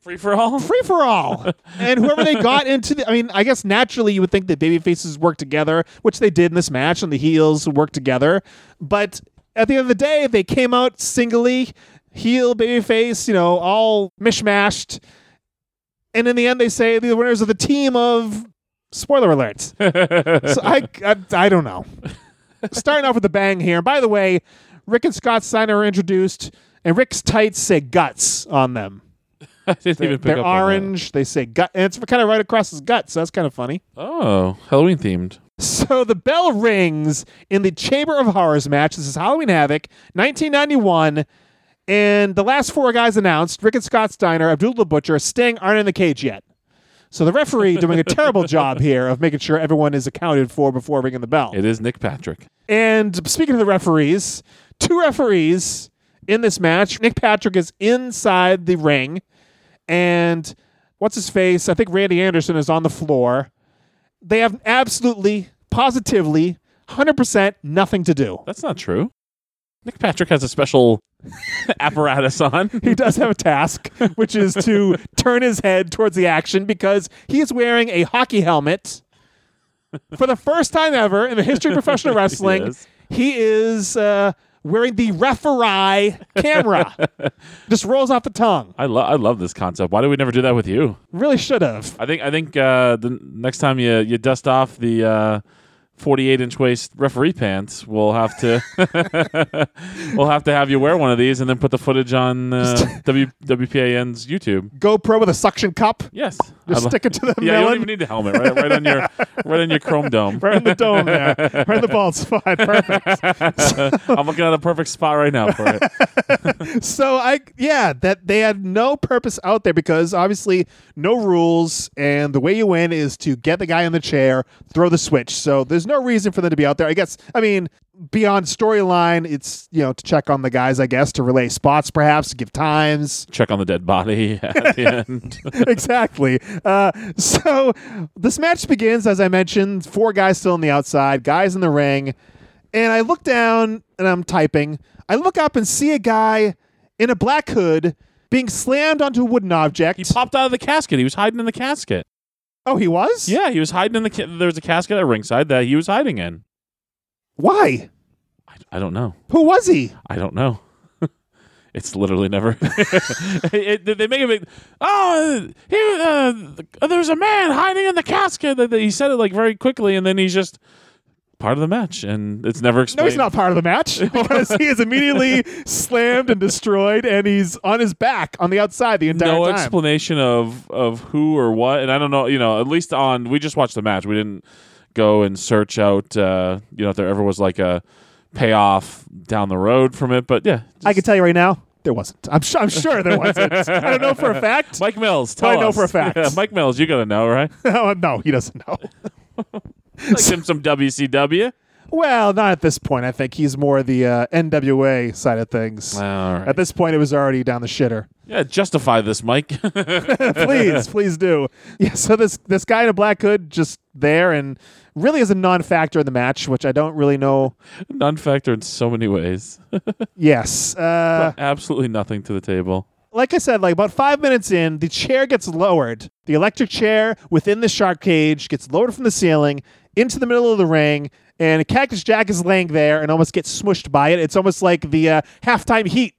Speaker 2: Free for all.
Speaker 1: free for all. and whoever they got into the, I mean, I guess naturally you would think that baby faces work together, which they did in this match, and the heels work together. But at the end of the day, they came out singly, heel, babyface, you know, all mishmashed. And in the end, they say the winners are the team of. Spoiler alert. so I, I, I don't know. Starting off with a bang here. And by the way, Rick and Scott Steiner are introduced, and Rick's tights say guts on them.
Speaker 2: I didn't even pick
Speaker 1: They're
Speaker 2: up on that.
Speaker 1: orange. They say gut, and it's kind of right across his gut, so that's kind of funny.
Speaker 2: Oh, Halloween themed.
Speaker 1: So the bell rings in the Chamber of Horrors match. This is Halloween Havoc, 1991, and the last four guys announced: Rick and Scott Steiner, Abdul the Butcher, Sting aren't in the cage yet. So the referee doing a terrible job here of making sure everyone is accounted for before ringing the bell.
Speaker 2: It is Nick Patrick.
Speaker 1: And speaking of the referees, two referees in this match. Nick Patrick is inside the ring, and what's his face? I think Randy Anderson is on the floor. They have absolutely, positively, 100% nothing to do.
Speaker 2: That's not true. Nick Patrick has a special apparatus on.
Speaker 1: He does have a task, which is to turn his head towards the action because he is wearing a hockey helmet. For the first time ever in the history of professional wrestling,
Speaker 2: Yes.
Speaker 1: he is uh, wearing the referee camera. Just rolls off the tongue.
Speaker 2: I love I love this concept. Why did we never do that with you?
Speaker 1: Really should have.
Speaker 2: I think I think uh, the n- next time you you dust off the uh, 48 inch waist referee pants, we'll have to we'll have to have you wear one of these and then put the footage on uh, w, WPAN's YouTube.
Speaker 1: GoPro with a suction cup.
Speaker 2: Yes,
Speaker 1: Just
Speaker 2: I lo-
Speaker 1: stick it to the
Speaker 2: yeah, you don't
Speaker 1: melon.
Speaker 2: even need the helmet. Right, right on your right on your chrome dome.
Speaker 1: Right in the dome there. Right in the bald spot. Perfect.
Speaker 2: I'm looking at a perfect spot right now for it.
Speaker 1: so I yeah, that they had no purpose out there because obviously no rules and the way you win is to get the guy in the chair, throw the switch. So there's no reason for them to be out there. I guess I mean beyond storyline, it's you know to check on the guys, I guess, to relay spots perhaps, to give times.
Speaker 2: Check on the dead body at the end.
Speaker 1: exactly. Uh, so this match begins, as I mentioned, four guys still on the outside, guys in the ring. And I look down and I'm typing. I look up and see a guy in a black hood being slammed onto a wooden object.
Speaker 2: He popped out of the casket. He was hiding in the casket.
Speaker 1: oh, he was?
Speaker 2: Yeah, he was hiding in the. Ca- there was a casket at ringside that he was hiding in.
Speaker 1: Why?
Speaker 2: I, I don't know.
Speaker 1: Who was he?
Speaker 2: I don't know. it's literally never. It- they- they make a big. Oh, here, uh, th- there's a man hiding in the casket. That- that He said it like very quickly, and then he's just part of the match, and it's never
Speaker 1: No,
Speaker 2: explained.
Speaker 1: he's not part of the match because he is immediately slammed and destroyed, and he's on his back on the outside the entire
Speaker 2: no
Speaker 1: time.
Speaker 2: explanation of of who or what and i don't know you know at least on we just watched the match we didn't go and search out uh you know if there ever was like a payoff down the road from it but yeah
Speaker 1: I can tell you right now, there wasn't. I'm, su- I'm sure there wasn't. I don't know for a fact.
Speaker 2: mike mills tell
Speaker 1: I know
Speaker 2: us.
Speaker 1: for a fact.
Speaker 2: Yeah, mike mills you gotta know right
Speaker 1: Oh, no, he doesn't know.
Speaker 2: like him some wcw
Speaker 1: Well, not at this point. I think he's more the uh, NWA side of things.
Speaker 2: All right.
Speaker 1: At this point, it was already down the shitter.
Speaker 2: Yeah, justify this, Mike.
Speaker 1: please, please do. Yeah. So this this guy in a black hood just there and really is a non-factor in the match, which I don't really know.
Speaker 2: Non-factor in so many ways.
Speaker 1: Yes. Uh,
Speaker 2: Absolutely nothing to the table.
Speaker 1: like I said, like about five minutes in, the chair gets lowered. The electric chair within the shark cage gets lowered from the ceiling into the middle of the ring, and Cactus Jack is laying there and almost gets smushed by it. It's almost like the uh, halftime heat.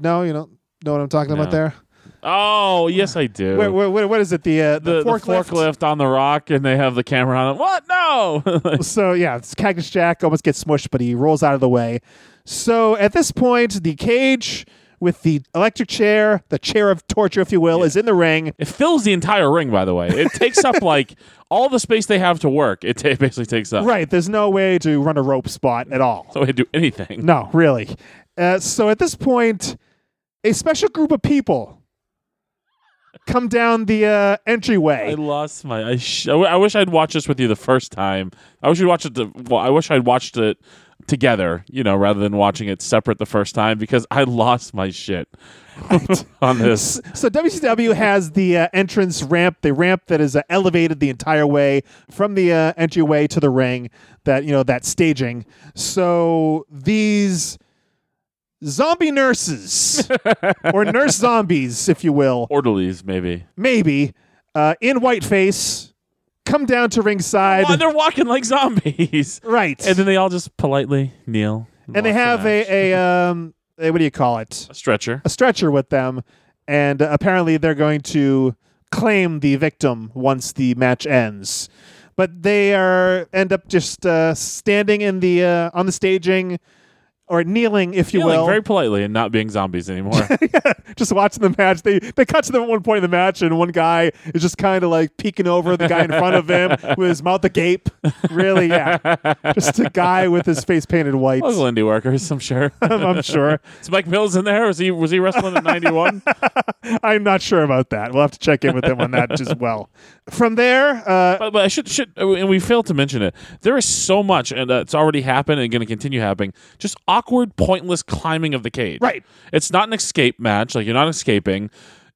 Speaker 1: No, you don't know what I'm talking about
Speaker 2: No.
Speaker 1: there.
Speaker 2: Oh, yes, I do.
Speaker 1: Where, where, where- what is it? The, uh,
Speaker 2: the, the forklift. on the rock, and they have the camera on it. What? No.
Speaker 1: So yeah, it's Cactus Jack almost gets smushed, but he rolls out of the way. So at this point, the cage with the electric chair, the chair of torture, if you will, is in the ring.
Speaker 2: it fills the entire ring, by the way. It takes up like all the space they have to work. It ta- basically takes up.
Speaker 1: Right, there's no way to run a rope spot at all.
Speaker 2: So they do anything.
Speaker 1: No, really. Uh, so at this point, a special group of people come down the uh,
Speaker 2: I
Speaker 1: entryway.
Speaker 2: lost my. I, sh- I, w- I wish I'd watched this with you the first time. I wish we watched it. To, well, I wish I'd watched it together, you know, rather than watching it separate the first time because I lost my shit on this.
Speaker 1: S- So WCW has the uh, entrance ramp, the ramp that is uh, elevated the entire way from the uh, entryway to the ring. That you know that staging. So these zombie nurses or nurse zombies, if you will,
Speaker 2: Orderlies, maybe.
Speaker 1: maybe uh, in whiteface come down to ringside.
Speaker 2: Well, they're walking like zombies,
Speaker 1: right,
Speaker 2: and then they all just politely kneel.
Speaker 1: and they
Speaker 2: watch the
Speaker 1: have
Speaker 2: match.
Speaker 1: a, a um a, what do you call it
Speaker 2: A stretcher.
Speaker 1: a stretcher with them and uh, apparently they're going to claim the victim once the match ends but they are end up just uh, standing in the uh, on the staging or kneeling if you
Speaker 2: Kneeling
Speaker 1: will
Speaker 2: very politely and not being zombies anymore.
Speaker 1: just watching the match they they cut to them at one point in the match and one guy is just kind of like peeking over the guy in front of him with his mouth agape really yeah just a guy with his face painted white
Speaker 2: Those indie workers, I'm sure.
Speaker 1: i'm sure
Speaker 2: Is Mike Mills in there? Was he was he wrestling in '91?
Speaker 1: I'm not sure about that. We'll have to check in with them on that as well. From there, uh,
Speaker 2: but, but I should should and we failed to mention it. There is so much, and uh, it's already happened and going to continue happening. Just awkward, pointless climbing of the cage.
Speaker 1: Right.
Speaker 2: It's not an escape match. Like you're not escaping.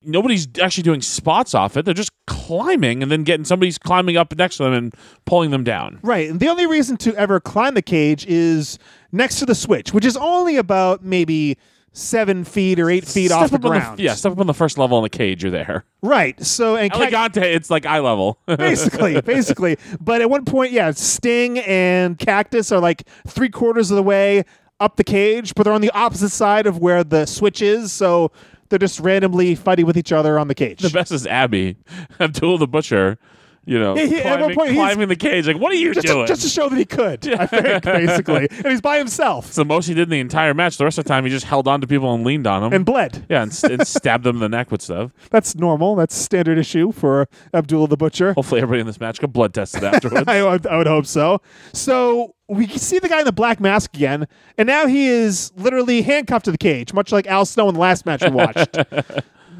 Speaker 2: Nobody's actually doing spots off it. They're just climbing and then getting somebody's climbing up next to them and pulling them down.
Speaker 1: right, and the only reason to ever climb the cage is next to the switch, which is only about maybe seven feet or eight feet off the
Speaker 2: up on
Speaker 1: ground.
Speaker 2: yeah, step up on the first level on the cage. You're there.
Speaker 1: right. So and Cac-
Speaker 2: Elegante. It's like eye level.
Speaker 1: basically, basically. But at one point, yeah, Sting and Cactus are like three quarters of the way up the cage, but they're on the opposite side of where the switch is, so they're just randomly fighting with each other on the cage.
Speaker 2: the best is Abby, Abdul the Butcher. You know,
Speaker 1: Yeah, he- at one
Speaker 2: climbing,
Speaker 1: point he's-
Speaker 2: climbing the cage. Like, what are you
Speaker 1: just, to,
Speaker 2: doing?
Speaker 1: just to show that he could, I think, basically. And he's by himself
Speaker 2: It's the most he did in the entire match. The rest of the time, he just held on to people and leaned on them.
Speaker 1: and bled.
Speaker 2: yeah, and, s- and stabbed them in the neck with stuff.
Speaker 1: That's normal. That's standard issue for Abdullah the Butcher.
Speaker 2: Hopefully, everybody in this match got blood tested afterwards.
Speaker 1: I, would- I would hope so. So we can see the guy in the black mask again, and now he is literally handcuffed to the cage, much like Al Snow in the last match we watched.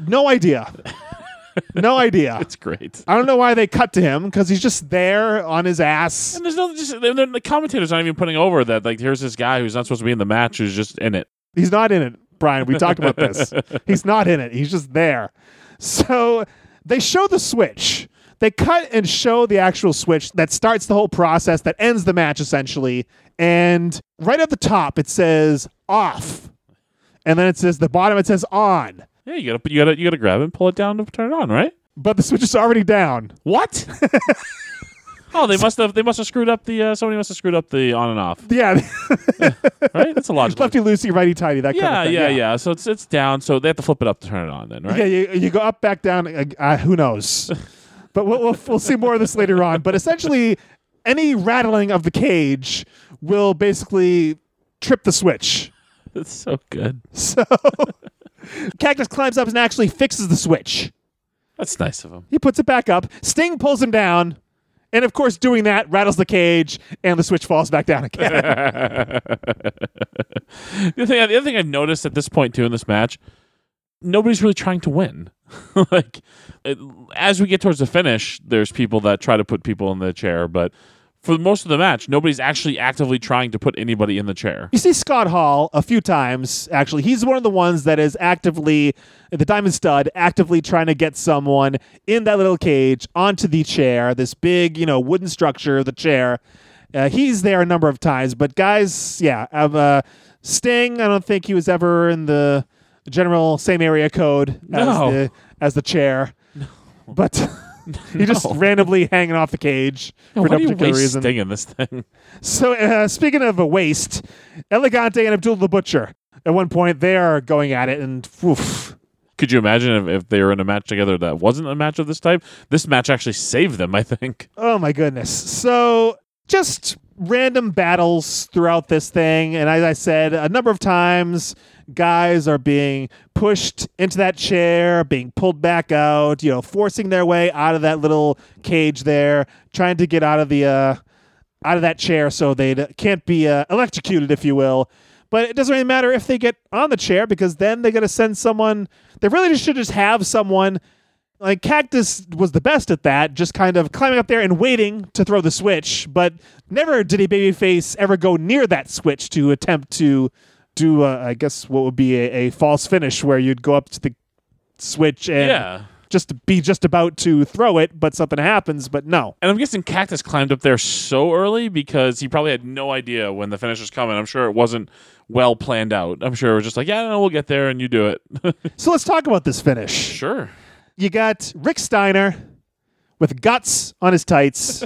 Speaker 1: no idea. No idea.
Speaker 2: it's great.
Speaker 1: I don't know why they cut to him because he's just there on his ass.
Speaker 2: And there's no just and then the commentators aren't even putting over that like here's this guy who's not supposed to be in the match who's just in it.
Speaker 1: He's not in it, Brian. We talked about this. He's not in it. He's just there. So they show the switch. They cut and show the actual switch that starts the whole process, that ends the match essentially. And right at the top, it says off. And then it says the bottom, it says on.
Speaker 2: Yeah, you gotta you gotta you gotta grab it and pull it down to turn it on, right?
Speaker 1: But the switch is already down.
Speaker 2: What? oh, they must have they must have screwed up the uh, somebody must have screwed up the on and off,
Speaker 1: Yeah.
Speaker 2: right? That's a logical.
Speaker 1: Lefty loosey, righty tighty, that kind
Speaker 2: yeah,
Speaker 1: of thing.
Speaker 2: yeah, yeah, So it's it's down. So they have to flip it up to turn it on then, right?
Speaker 1: Yeah, you, you go up, back down. Uh, uh, who knows? but we'll, we'll we'll see more of this later on. But essentially, any rattling of the cage will basically trip the switch.
Speaker 2: It's so good.
Speaker 1: So Cactus climbs up and actually fixes the switch.
Speaker 2: That's nice of him.
Speaker 1: He puts it back up. Sting pulls him down. And of course, doing that rattles the cage, and the switch falls back down again.
Speaker 2: The other, thing, the other thing I've noticed at this point too in this match, nobody's really trying to win. like it, as we get towards the finish, there's people that try to put people in the chair, but for most of the match, nobody's actually actively trying to put anybody in the chair.
Speaker 1: You see Scott Hall a few times, actually. He's one of the ones that is actively, the Diamond Stud, actively trying to get someone in that little cage onto the chair, this big, you know, wooden structure, the chair. Uh, he's there a number of times, but guys, yeah, I've, uh, Sting, I don't think he was ever in the general same area code as,
Speaker 2: No.
Speaker 1: the, as the chair. But he just
Speaker 2: No.
Speaker 1: randomly hanging off the cage for
Speaker 2: Why
Speaker 1: no
Speaker 2: do you
Speaker 1: particular
Speaker 2: waste
Speaker 1: reason.
Speaker 2: Sting in this thing?
Speaker 1: So, uh, speaking of a waste, Elegante and Abdul the Butcher, at one point, they are going at it, and oof.
Speaker 2: Could you imagine if, if they were in a match together that wasn't a match of this type? This match actually saved them, I think.
Speaker 1: Oh my goodness. So, just random battles throughout this thing. And as I said, a number of times, guys are being pushed into that chair, being pulled back out, you know, forcing their way out of that little cage there, trying to get out of the. Uh, out of that chair so they d- can't be uh, electrocuted, if you will. But it doesn't really matter if they get on the chair because then they got to send someone. They really just should just have someone. Like Cactus was the best at that, just kind of climbing up there and waiting to throw the switch. But never did a babyface ever go near that switch to attempt to do, uh, I guess, what would be a, a false finish where you'd go up to the switch and
Speaker 2: Yeah.
Speaker 1: just be just about to throw it, but something happens. But no,
Speaker 2: And I'm guessing Cactus climbed up there so early because he probably had no idea when the finish was coming. I'm sure it wasn't well planned out. I'm sure it was just like, yeah, no, we'll get there and you do it.
Speaker 1: so let's talk about this finish.
Speaker 2: sure.
Speaker 1: you got Rick Steiner with guts on his tights.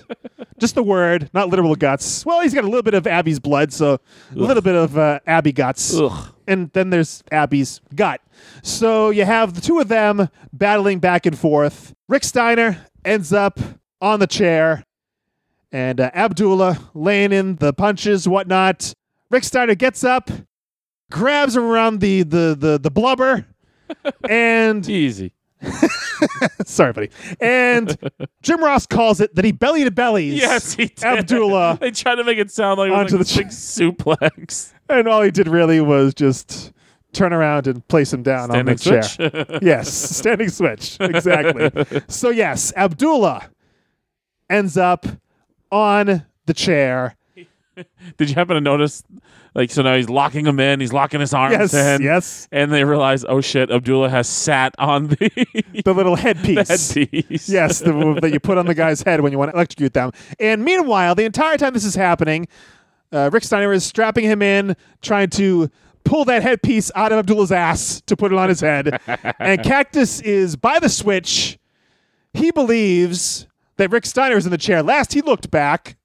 Speaker 1: Just the word, not literal guts. Well, he's got a little bit of Abby's blood, so a little bit of uh, Abby guts.
Speaker 2: Ugh.
Speaker 1: And then there's Abby's gut. So you have the two of them battling back and forth. Rick Steiner ends up on the chair, and uh, Abdullah laying in the punches, whatnot. Rick Steiner gets up, grabs him around the the the, the blubber, and
Speaker 2: Easy.
Speaker 1: Sorry, buddy. And Jim Ross calls it that he belly to bellies
Speaker 2: Yes, he did.
Speaker 1: Abdullah,
Speaker 2: They tried to make it sound like it was
Speaker 1: Onto
Speaker 2: like
Speaker 1: the
Speaker 2: a big suplex.
Speaker 1: and all he did really was just turn around and place him down on the
Speaker 2: Standing
Speaker 1: chair.
Speaker 2: switch.
Speaker 1: yes, standing switch. Exactly. so yes, Abdullah ends up on the chair.
Speaker 2: Did you happen to notice? Like, so now he's locking him in. He's locking his arms
Speaker 1: Yes,
Speaker 2: in.
Speaker 1: yes.
Speaker 2: And they realize, oh shit, Abdullah has sat on the
Speaker 1: The little headpiece.
Speaker 2: headpiece.
Speaker 1: yes, the, that you put on the guy's head when you want to electrocute them. And meanwhile, the entire time this is happening, uh, Rick Steiner is strapping him in, trying to pull that headpiece out of Abdullah's ass to put it on his head. and Cactus is by the switch. He believes that Rick Steiner is in the chair. Last he looked back,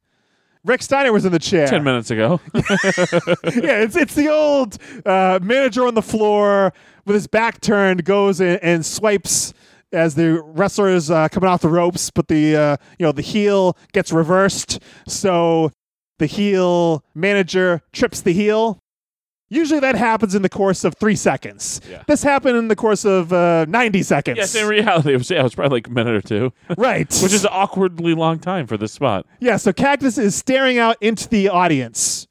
Speaker 1: Rick Steiner was in the chair.
Speaker 2: Ten minutes ago.
Speaker 1: yeah, it's it's the old uh, manager on the floor with his back turned goes and, and swipes as the wrestler is uh, coming off the ropes, but the uh, you know the heel gets reversed, so the heel manager trips the heel. Usually that happens in the course of three seconds.
Speaker 2: Yeah.
Speaker 1: This happened in the course of uh, ninety seconds.
Speaker 2: yes, in reality, it was, yeah, it was probably like a minute or two.
Speaker 1: right.
Speaker 2: which is an awkwardly long time for this spot.
Speaker 1: Yeah, so Cactus is staring out into the audience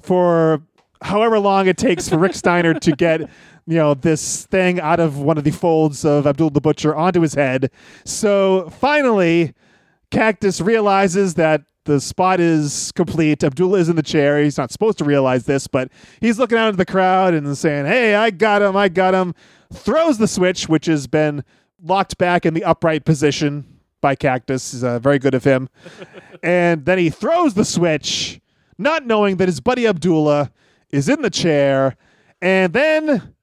Speaker 1: for however long it takes for Rick Steiner to get, you know, this thing out of one of the folds of Abdul the Butcher onto his head. So finally, Cactus realizes that the spot is complete. Abdullah is in the chair. He's not supposed to realize this, but he's looking out at the crowd and saying, Hey, I got him. I got him. Throws the switch, which has been locked back in the upright position by Cactus. He's uh, very good of him. and then he throws the switch, not knowing that his buddy Abdullah is in the chair. And then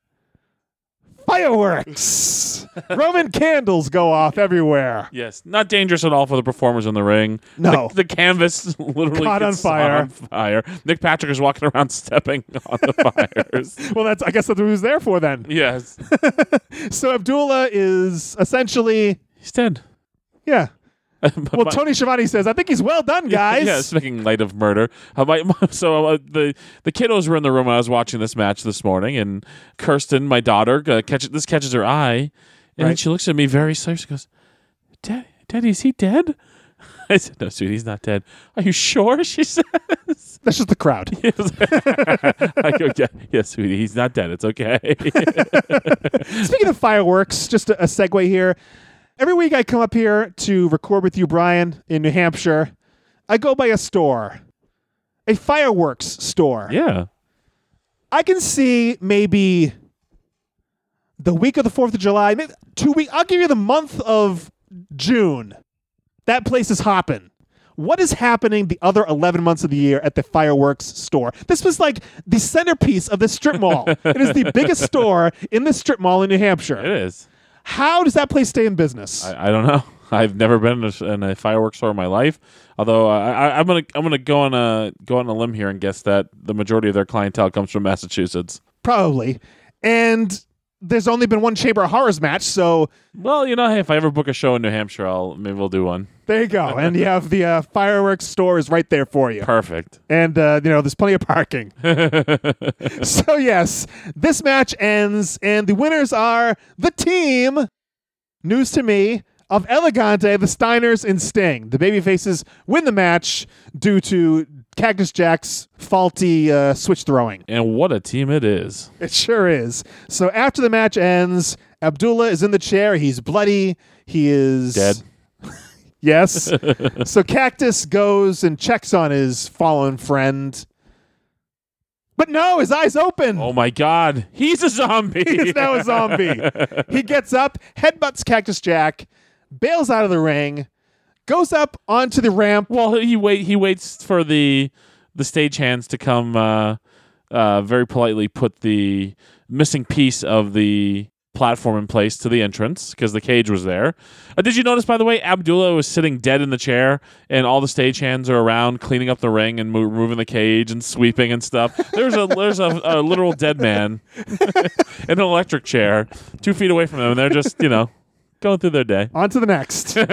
Speaker 1: fireworks, Roman candles go off everywhere.
Speaker 2: Yes, not dangerous at all for the performers in the ring.
Speaker 1: No.
Speaker 2: the, the canvas literally
Speaker 1: Caught on
Speaker 2: gets
Speaker 1: fire.
Speaker 2: on fire. Nick Patrick is walking around stepping on the fires.
Speaker 1: Well, that's I guess that's what he was there for then.
Speaker 2: Yes,
Speaker 1: So Abdullah is essentially,
Speaker 2: he's dead.
Speaker 1: yeah. Well,
Speaker 2: My-
Speaker 1: Tony Schiavone says, "I think he's well done, guys."
Speaker 2: Yes, making light of murder. Uh, my- my- so uh, the the kiddos were in the room when I was watching this match this morning, and Kirsten, my daughter, uh, catch, this catches her eye, and then
Speaker 1: Right.
Speaker 2: she looks at me very serious and goes, "Daddy, Daddy, is he dead?" I said, "No, sweetie, he's not dead." Are you sure? She said.
Speaker 1: That's just the crowd.
Speaker 2: I go, yeah, yeah, sweetie, he's not dead. It's okay.
Speaker 1: Speaking of fireworks, just a, a segue here. Every week I come up here to record with you, Brian, in New Hampshire. I go by a store, a fireworks store.
Speaker 2: Yeah.
Speaker 1: I can see maybe the week of the Fourth of July, maybe two weeks. I'll give you the month of June. That place is hopping. What is happening the other eleven months of the year at the fireworks store? This was like the centerpiece of this strip mall. it is the biggest store in the strip mall in New Hampshire.
Speaker 2: It is.
Speaker 1: How does that place stay in business?
Speaker 2: I, I don't know. I've never been in a, in a fireworks store in my life. Although I, I, I'm gonna I'm gonna go on a go on a limb here and guess that the majority of their clientele comes from Massachusetts.
Speaker 1: Probably. And there's only been one Chamber of Horrors match, so
Speaker 2: Well, you know, hey, if I ever book a show in New Hampshire, I'll maybe we'll do one.
Speaker 1: there you go. and you have the uh, fireworks store is right there for you.
Speaker 2: Perfect.
Speaker 1: and uh, you know there's plenty of parking. so yes, this match ends, and the winners are the team. News to me of Elegante, the Steiners, and Sting. The babyfaces win the match due to Cactus Jack's faulty uh, switch throwing.
Speaker 2: And what a team it is.
Speaker 1: It sure is. So after the match ends, Abdullah is in the chair. He's bloody. He is
Speaker 2: Dead.
Speaker 1: Yes. so Cactus goes and checks on his fallen friend. But no, his eyes open.
Speaker 2: Oh my God, he's a zombie.
Speaker 1: He is now a zombie. he gets up, headbutts Cactus Jack, bails out of the ring, goes up onto the ramp.
Speaker 2: Well, he wait. He waits for the the stagehands to come. Uh, uh, very politely put the missing piece of the platform in place to the entrance because the cage was there. Uh, did you notice, by the way, Abdullah was sitting dead in the chair, and all the stagehands are around cleaning up the ring and mo- moving the cage and sweeping and stuff. There's a there's a, a literal dead man in an electric chair, two feet away from them, and they're just you know going through their day.
Speaker 1: On to the next. on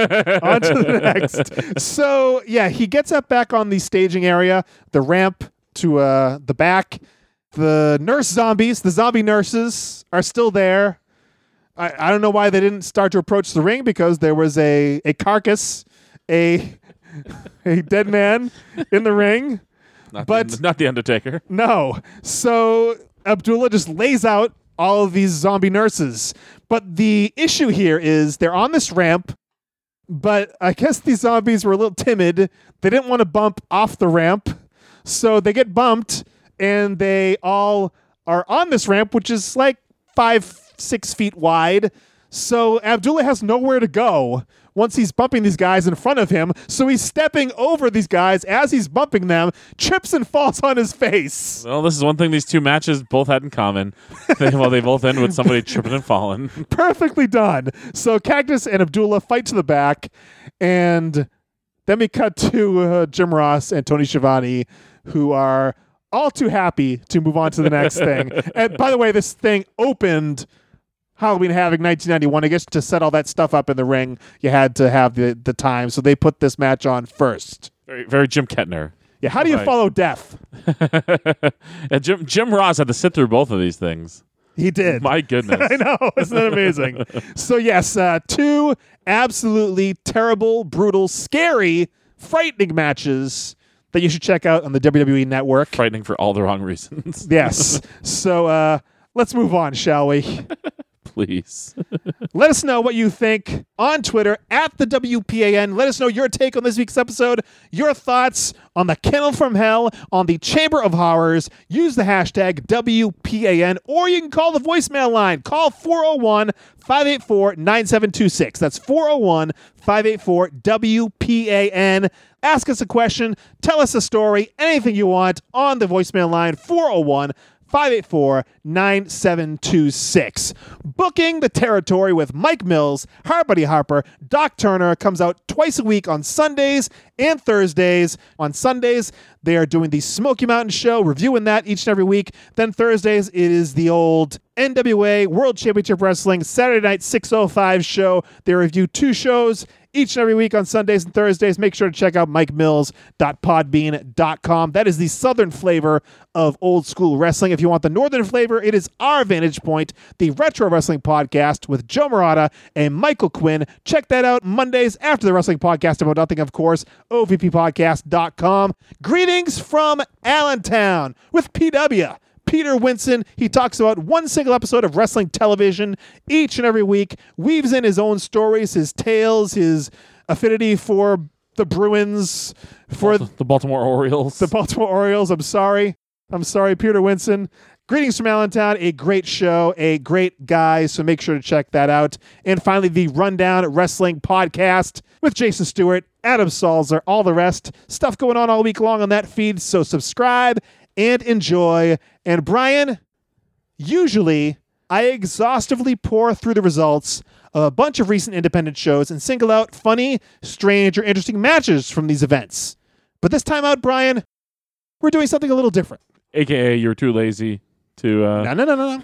Speaker 1: to the next. So yeah, he gets up back on the staging area, the ramp to uh, the back. The nurse zombies, the zombie nurses, are still there. I, I don't know why they didn't start to approach the ring because there was a, a carcass, a a dead man in the ring.
Speaker 2: Not
Speaker 1: But-
Speaker 2: the, not the Undertaker.
Speaker 1: No. So Abdullah just lays out all of these zombie nurses. But the issue here is they're on this ramp, but I guess these zombies were a little timid. They didn't want to bump off the ramp. So they get bumped and they all are on this ramp, which is like five, six feet wide. So Abdullah has nowhere to go once he's bumping these guys in front of him. So he's stepping over these guys as he's bumping them, trips and falls on his face.
Speaker 2: Well, this is one thing these two matches both had in common. They, well, they both end with somebody tripping and falling.
Speaker 1: perfectly done. So Cactus and Abdullah fight to the back, and then we cut to uh, Jim Ross and Tony Schiavone, who are all too happy to move on to the next thing. And by the way, this thing opened Halloween Havoc 1991. I guess to set all that stuff up in the ring, you had to have the the time, so they put this match on first.
Speaker 2: Very, very Jim Kettner.
Speaker 1: Yeah, how do you
Speaker 2: Right.
Speaker 1: follow death?
Speaker 2: and Jim, Jim Ross had to sit through both of these things.
Speaker 1: He did.
Speaker 2: My goodness.
Speaker 1: I know. Isn't that amazing? so, yes, uh, two absolutely terrible, brutal, scary, frightening matches that you should check out on the WWE network.
Speaker 2: Frightening for all the wrong reasons.
Speaker 1: yes. So, uh, let's move on, shall we?
Speaker 2: Please.
Speaker 1: Let us know what you think on Twitter at the WPAN. Let us know your take on this week's episode, your thoughts on the Kennel from Hell, on the Chamber of Horrors. Use the hashtag WPAN, or you can call the voicemail line. Call 401 584 9726. That's 401 584 WPAN. Ask us a question, tell us a story, anything you want on the voicemail line 401 584 9726. Booking the Territory with Mike Mills, Harbuddy Harper, Doc Turner comes out twice a week on Sundays and Thursdays. On Sundays, they are doing the Smoky Mountain Show, reviewing that each and every week. Then Thursdays, it is the old NWA World Championship Wrestling Saturday Night 605 show. They review two shows each and every week on Sundays and Thursdays. Make sure to check out mikemills.podbean.com. That is the southern flavor of old school wrestling. If you want the northern flavor, it is our Vantage Point, the Retro Wrestling Podcast with Joe Morata and Michael Quinn. Check that out Mondays after the Wrestling Podcast about nothing, of course, ovppodcast.com. Greetings from Allentown with PW. Peter Winson. He talks about one single episode of wrestling television each and every week, weaves in his own stories, his tales, his affinity for the Bruins, for
Speaker 2: the Baltimore Orioles.
Speaker 1: the Baltimore Orioles. I'm sorry. I'm sorry, Peter Winson. Greetings from Allentown. A great show, a great guy. So make sure to check that out. And finally, the Rundown Wrestling Podcast with Jason Stewart, Adam Salzer, all the rest. Stuff going on all week long on that feed. So subscribe and enjoy. And Brian, Usually, I exhaustively pour through the results of a bunch of recent independent shows and single out funny, strange, or interesting matches from these events. But this time out, Brian, we're doing something a little different.
Speaker 2: AKA, you're too lazy to. Uh,
Speaker 1: No, no, no, no,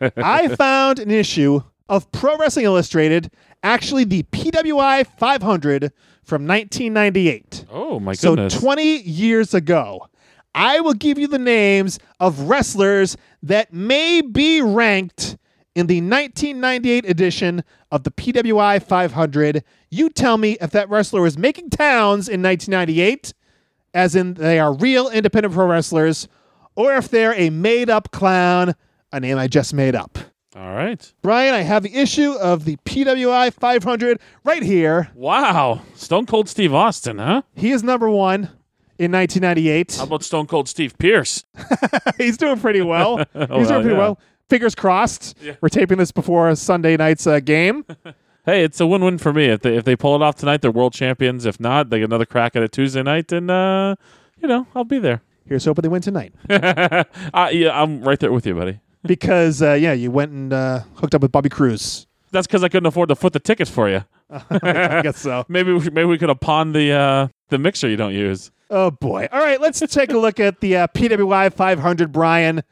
Speaker 1: no. I found an issue of Pro Wrestling Illustrated, actually the PWI 500 from 1998.
Speaker 2: Oh my
Speaker 1: So
Speaker 2: goodness!
Speaker 1: 20 years ago, I will give you the names of wrestlers that may be ranked in the 1998 edition of the PWI 500. You tell me if that wrestler was making towns in 1998, as in they are real independent pro wrestlers, or if they're a made up clown, a name I just made up.
Speaker 2: All right.
Speaker 1: Brian, I have the issue of the PWI 500 right here.
Speaker 2: Wow, Stone Cold Steve Austin, huh?
Speaker 1: He is number one in 1998.
Speaker 2: How about Stone Cold Steve Pierce?
Speaker 1: he's doing pretty well. He's doing
Speaker 2: Oh, well,
Speaker 1: pretty
Speaker 2: yeah.
Speaker 1: well. Fingers crossed. We're taping this before Sunday night's uh, game.
Speaker 2: Hey, it's a win-win for me. If they if they pull it off tonight, they're world champions. If not, they get another crack at it Tuesday night, and uh, you know I'll be there.
Speaker 1: Here's hoping they win tonight
Speaker 2: I, yeah, I'm right there with you, buddy.
Speaker 1: because uh, yeah, you went and uh, hooked up with Bobby Cruz.
Speaker 2: That's because I couldn't afford to foot the tickets for you.
Speaker 1: I guess so.
Speaker 2: Maybe we, maybe we could have pawned the uh, the mixer you don't use.
Speaker 1: Oh boy! All right, let's take a look at the uh, PWI 500, Brian.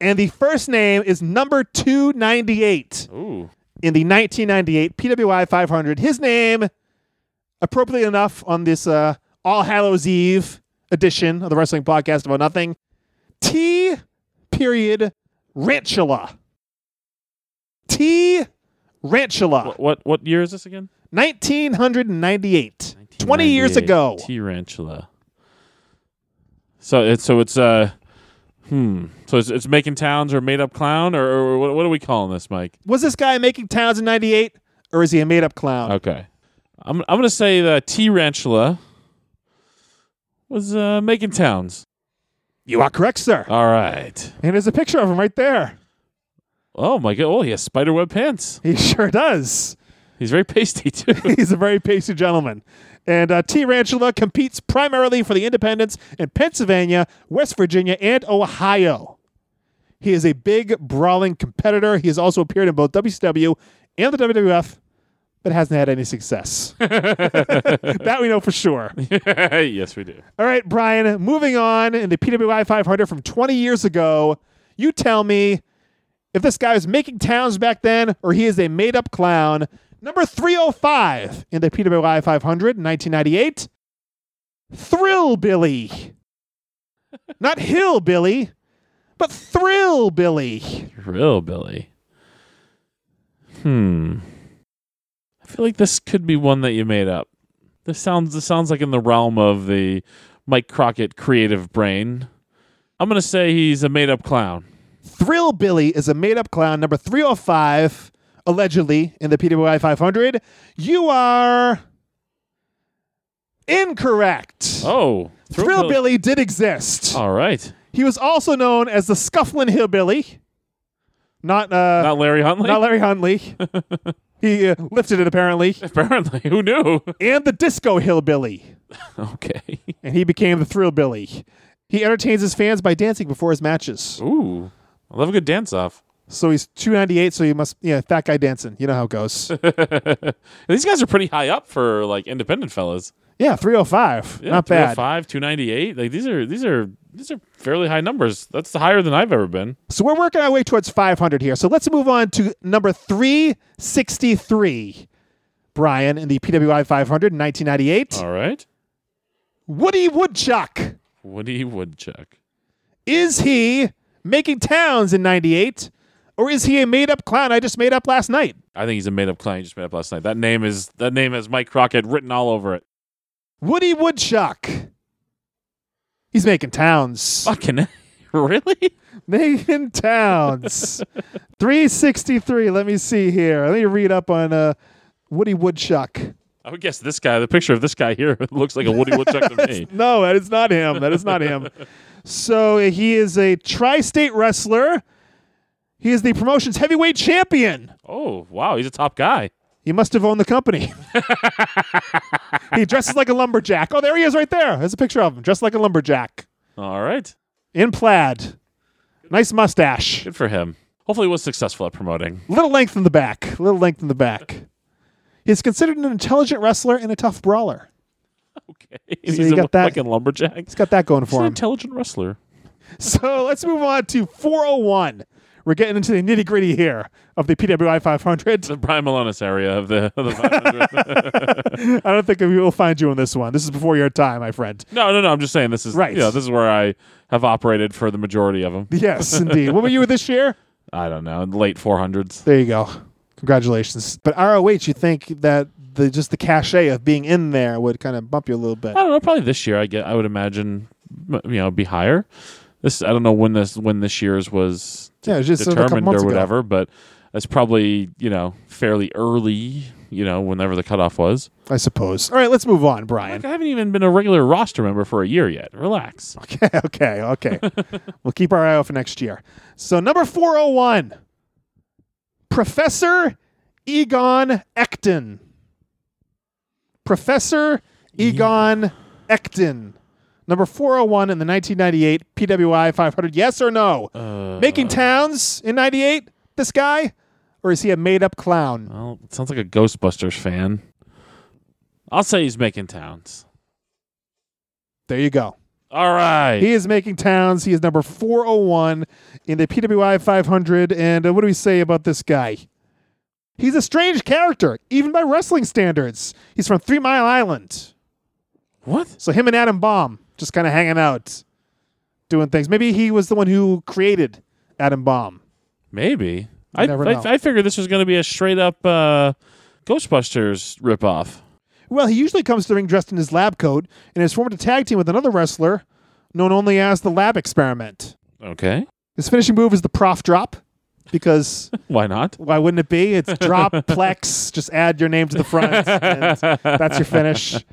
Speaker 1: And the first name is number 298
Speaker 2: Ooh,
Speaker 1: in the 1998 PWI 500. His name, appropriately enough, on this uh, All Hallows Eve edition of the Wrestling Podcast About Nothing, T. Period Rantula. T. Rantula,
Speaker 2: what what what year is this again?
Speaker 1: 1998. 20 years
Speaker 2: 1998,
Speaker 1: ago.
Speaker 2: Tarantula. So it's so it's uh, hmm. So it's, it's making towns or made up clown or, or what, what are we calling this, Mike?
Speaker 1: Was this guy making towns in 98 or is he a made up clown?
Speaker 2: Okay, I'm I'm gonna say that Tarantula was uh, making towns.
Speaker 1: You are correct, sir.
Speaker 2: All right.
Speaker 1: and there's a picture of him right there.
Speaker 2: Oh my god! Oh, he has spiderweb pants.
Speaker 1: He sure does.
Speaker 2: He's very pasty too.
Speaker 1: He's a very pasty gentleman. And uh, T. Rantula competes primarily for the independents in Pennsylvania, West Virginia, and Ohio. He is a big, brawling competitor. He has also appeared in both WCW and the WWF, but hasn't had any success. that we know for sure.
Speaker 2: yes, we do.
Speaker 1: All right, Brian, moving on in the PWI 500 from 20 years ago. You tell me if this guy was making towns back then or he is a made up clown. Number 305 in the PWI 500 in 1998 Thrill Billy. Not Hill Billy, but Thrill Billy.
Speaker 2: Real Billy. Hmm. I feel like this could be one that you made up. This sounds this sounds like in the realm of the Mike Crockett creative brain. I'm gonna say he's a made up clown.
Speaker 1: Thrill Billy is a made up clown, number 305, allegedly, in the PWI 500. You are incorrect.
Speaker 2: Oh,
Speaker 1: Thrill, Billy. did exist.
Speaker 2: All right,
Speaker 1: He was also known as the Scufflin' Hillbilly. Not, uh,
Speaker 2: not Larry Huntley.
Speaker 1: not Larry Hunley. he uh, lifted it, apparently.
Speaker 2: Apparently, who knew?
Speaker 1: And the Disco Hillbilly.
Speaker 2: okay.
Speaker 1: And he became the Thrill Billy. He entertains his fans by dancing before his matches.
Speaker 2: Ooh, I love a good dance off.
Speaker 1: So he's 298, so he must, yeah, fat guy dancing. You know how it goes.
Speaker 2: These guys are pretty high up for like independent fellas.
Speaker 1: Yeah, 305.
Speaker 2: Yeah,
Speaker 1: Not bad.
Speaker 2: 305, 298. Like these are these are these are fairly high numbers. That's higher than I've ever been.
Speaker 1: So we're working our way towards 500 here. So let's move on to number 363, Brian, in the PWI 500 in 1998.
Speaker 2: All right.
Speaker 1: Woody Woodchuck.
Speaker 2: Woody Woodchuck.
Speaker 1: Is he making towns in 98? Or is he a made up clown I just made up last night?
Speaker 2: I think he's a made up client just made up last night. That name is that name has Mike Crockett written all over it.
Speaker 1: Woody Woodchuck. He's making towns.
Speaker 2: Fucking really?
Speaker 1: Megan Towns. 363. Let me see here. Let me read up on uh, Woody Woodchuck.
Speaker 2: I would guess this guy. The picture of this guy here looks like a Woody Woodchuck to me.
Speaker 1: No, that is not him. That is not him. So he is a tri-state wrestler. He is the promotion's heavyweight champion.
Speaker 2: Oh wow, he's a top guy.
Speaker 1: He must have owned the company. he dresses like a lumberjack. Oh, there he is right there. There's a picture of him dressed like a lumberjack
Speaker 2: All right,
Speaker 1: in plaid. Nice mustache.
Speaker 2: good for him. Hopefully, he was successful at promoting.
Speaker 1: Little length in the back. Little length in the back. He's considered an intelligent wrestler and a tough brawler.
Speaker 2: Okay, he's
Speaker 1: you
Speaker 2: a
Speaker 1: got that-
Speaker 2: fucking lumberjack. He's
Speaker 1: He's got that going for
Speaker 2: an
Speaker 1: him.
Speaker 2: intelligent wrestler.
Speaker 1: So let's move on to 401. We're getting into the nitty gritty here of the PWI 500.
Speaker 2: The Brian Malonis area of the. Of the 500.
Speaker 1: I don't think we will find you on this one. This is before your time, my friend.
Speaker 2: no, no, no. I'm just saying this is
Speaker 1: Right.
Speaker 2: Yeah, this is where I have operated for the majority of them.
Speaker 1: Yes, indeed. What were you this year?
Speaker 2: I don't know, in the late 400s.
Speaker 1: There you go. Congratulations. But ROH, you think that the just the cachet of being in there would kind of bump you a little bit.
Speaker 2: I don't know. Probably this year. I get. I would imagine, m- you know, be higher. This I don't know when this when this year's was de-
Speaker 1: Yeah, it's just a couple
Speaker 2: determined
Speaker 1: months
Speaker 2: or
Speaker 1: ago.
Speaker 2: whatever, but that's probably you know fairly early. You know, whenever the cutoff was.
Speaker 1: I suppose. All right, let's move on, Brian.
Speaker 2: Like, I haven't even been a regular roster member for a year yet. Relax.
Speaker 1: Okay, okay, okay. we'll keep our eye out for next year. So number 401, Professor Egon Ecton. Professor Egon Ecton. Number 401 in the 1998 PWI 500. Yes or no? Making towns in 98? This guy? Or is he a made up clown?
Speaker 2: Well, it sounds like a Ghostbusters fan. I'll say he's making towns.
Speaker 1: There you go.
Speaker 2: All right.
Speaker 1: He is making towns. He is number 401 in the PWI 500. And uh, what do we say about this guy? He's a strange character, even by wrestling standards. He's from Three Mile Island.
Speaker 2: what?
Speaker 1: So him and Adam Bomb just kind of hanging out, doing things. Maybe he was the one who created Adam Bomb.
Speaker 2: Maybe. I,
Speaker 1: never
Speaker 2: I,
Speaker 1: know.
Speaker 2: I figured this was going to be a straight up uh, Ghostbusters ripoff.
Speaker 1: Well, he usually comes to the ring dressed in his lab coat and is formed a tag team with another wrestler known only as the Lab Experiment.
Speaker 2: Okay.
Speaker 1: His finishing move is the Prof Drop because
Speaker 2: Why not?
Speaker 1: Why wouldn't it be? It's drop plex. Just add your name to the front. and that's your finish.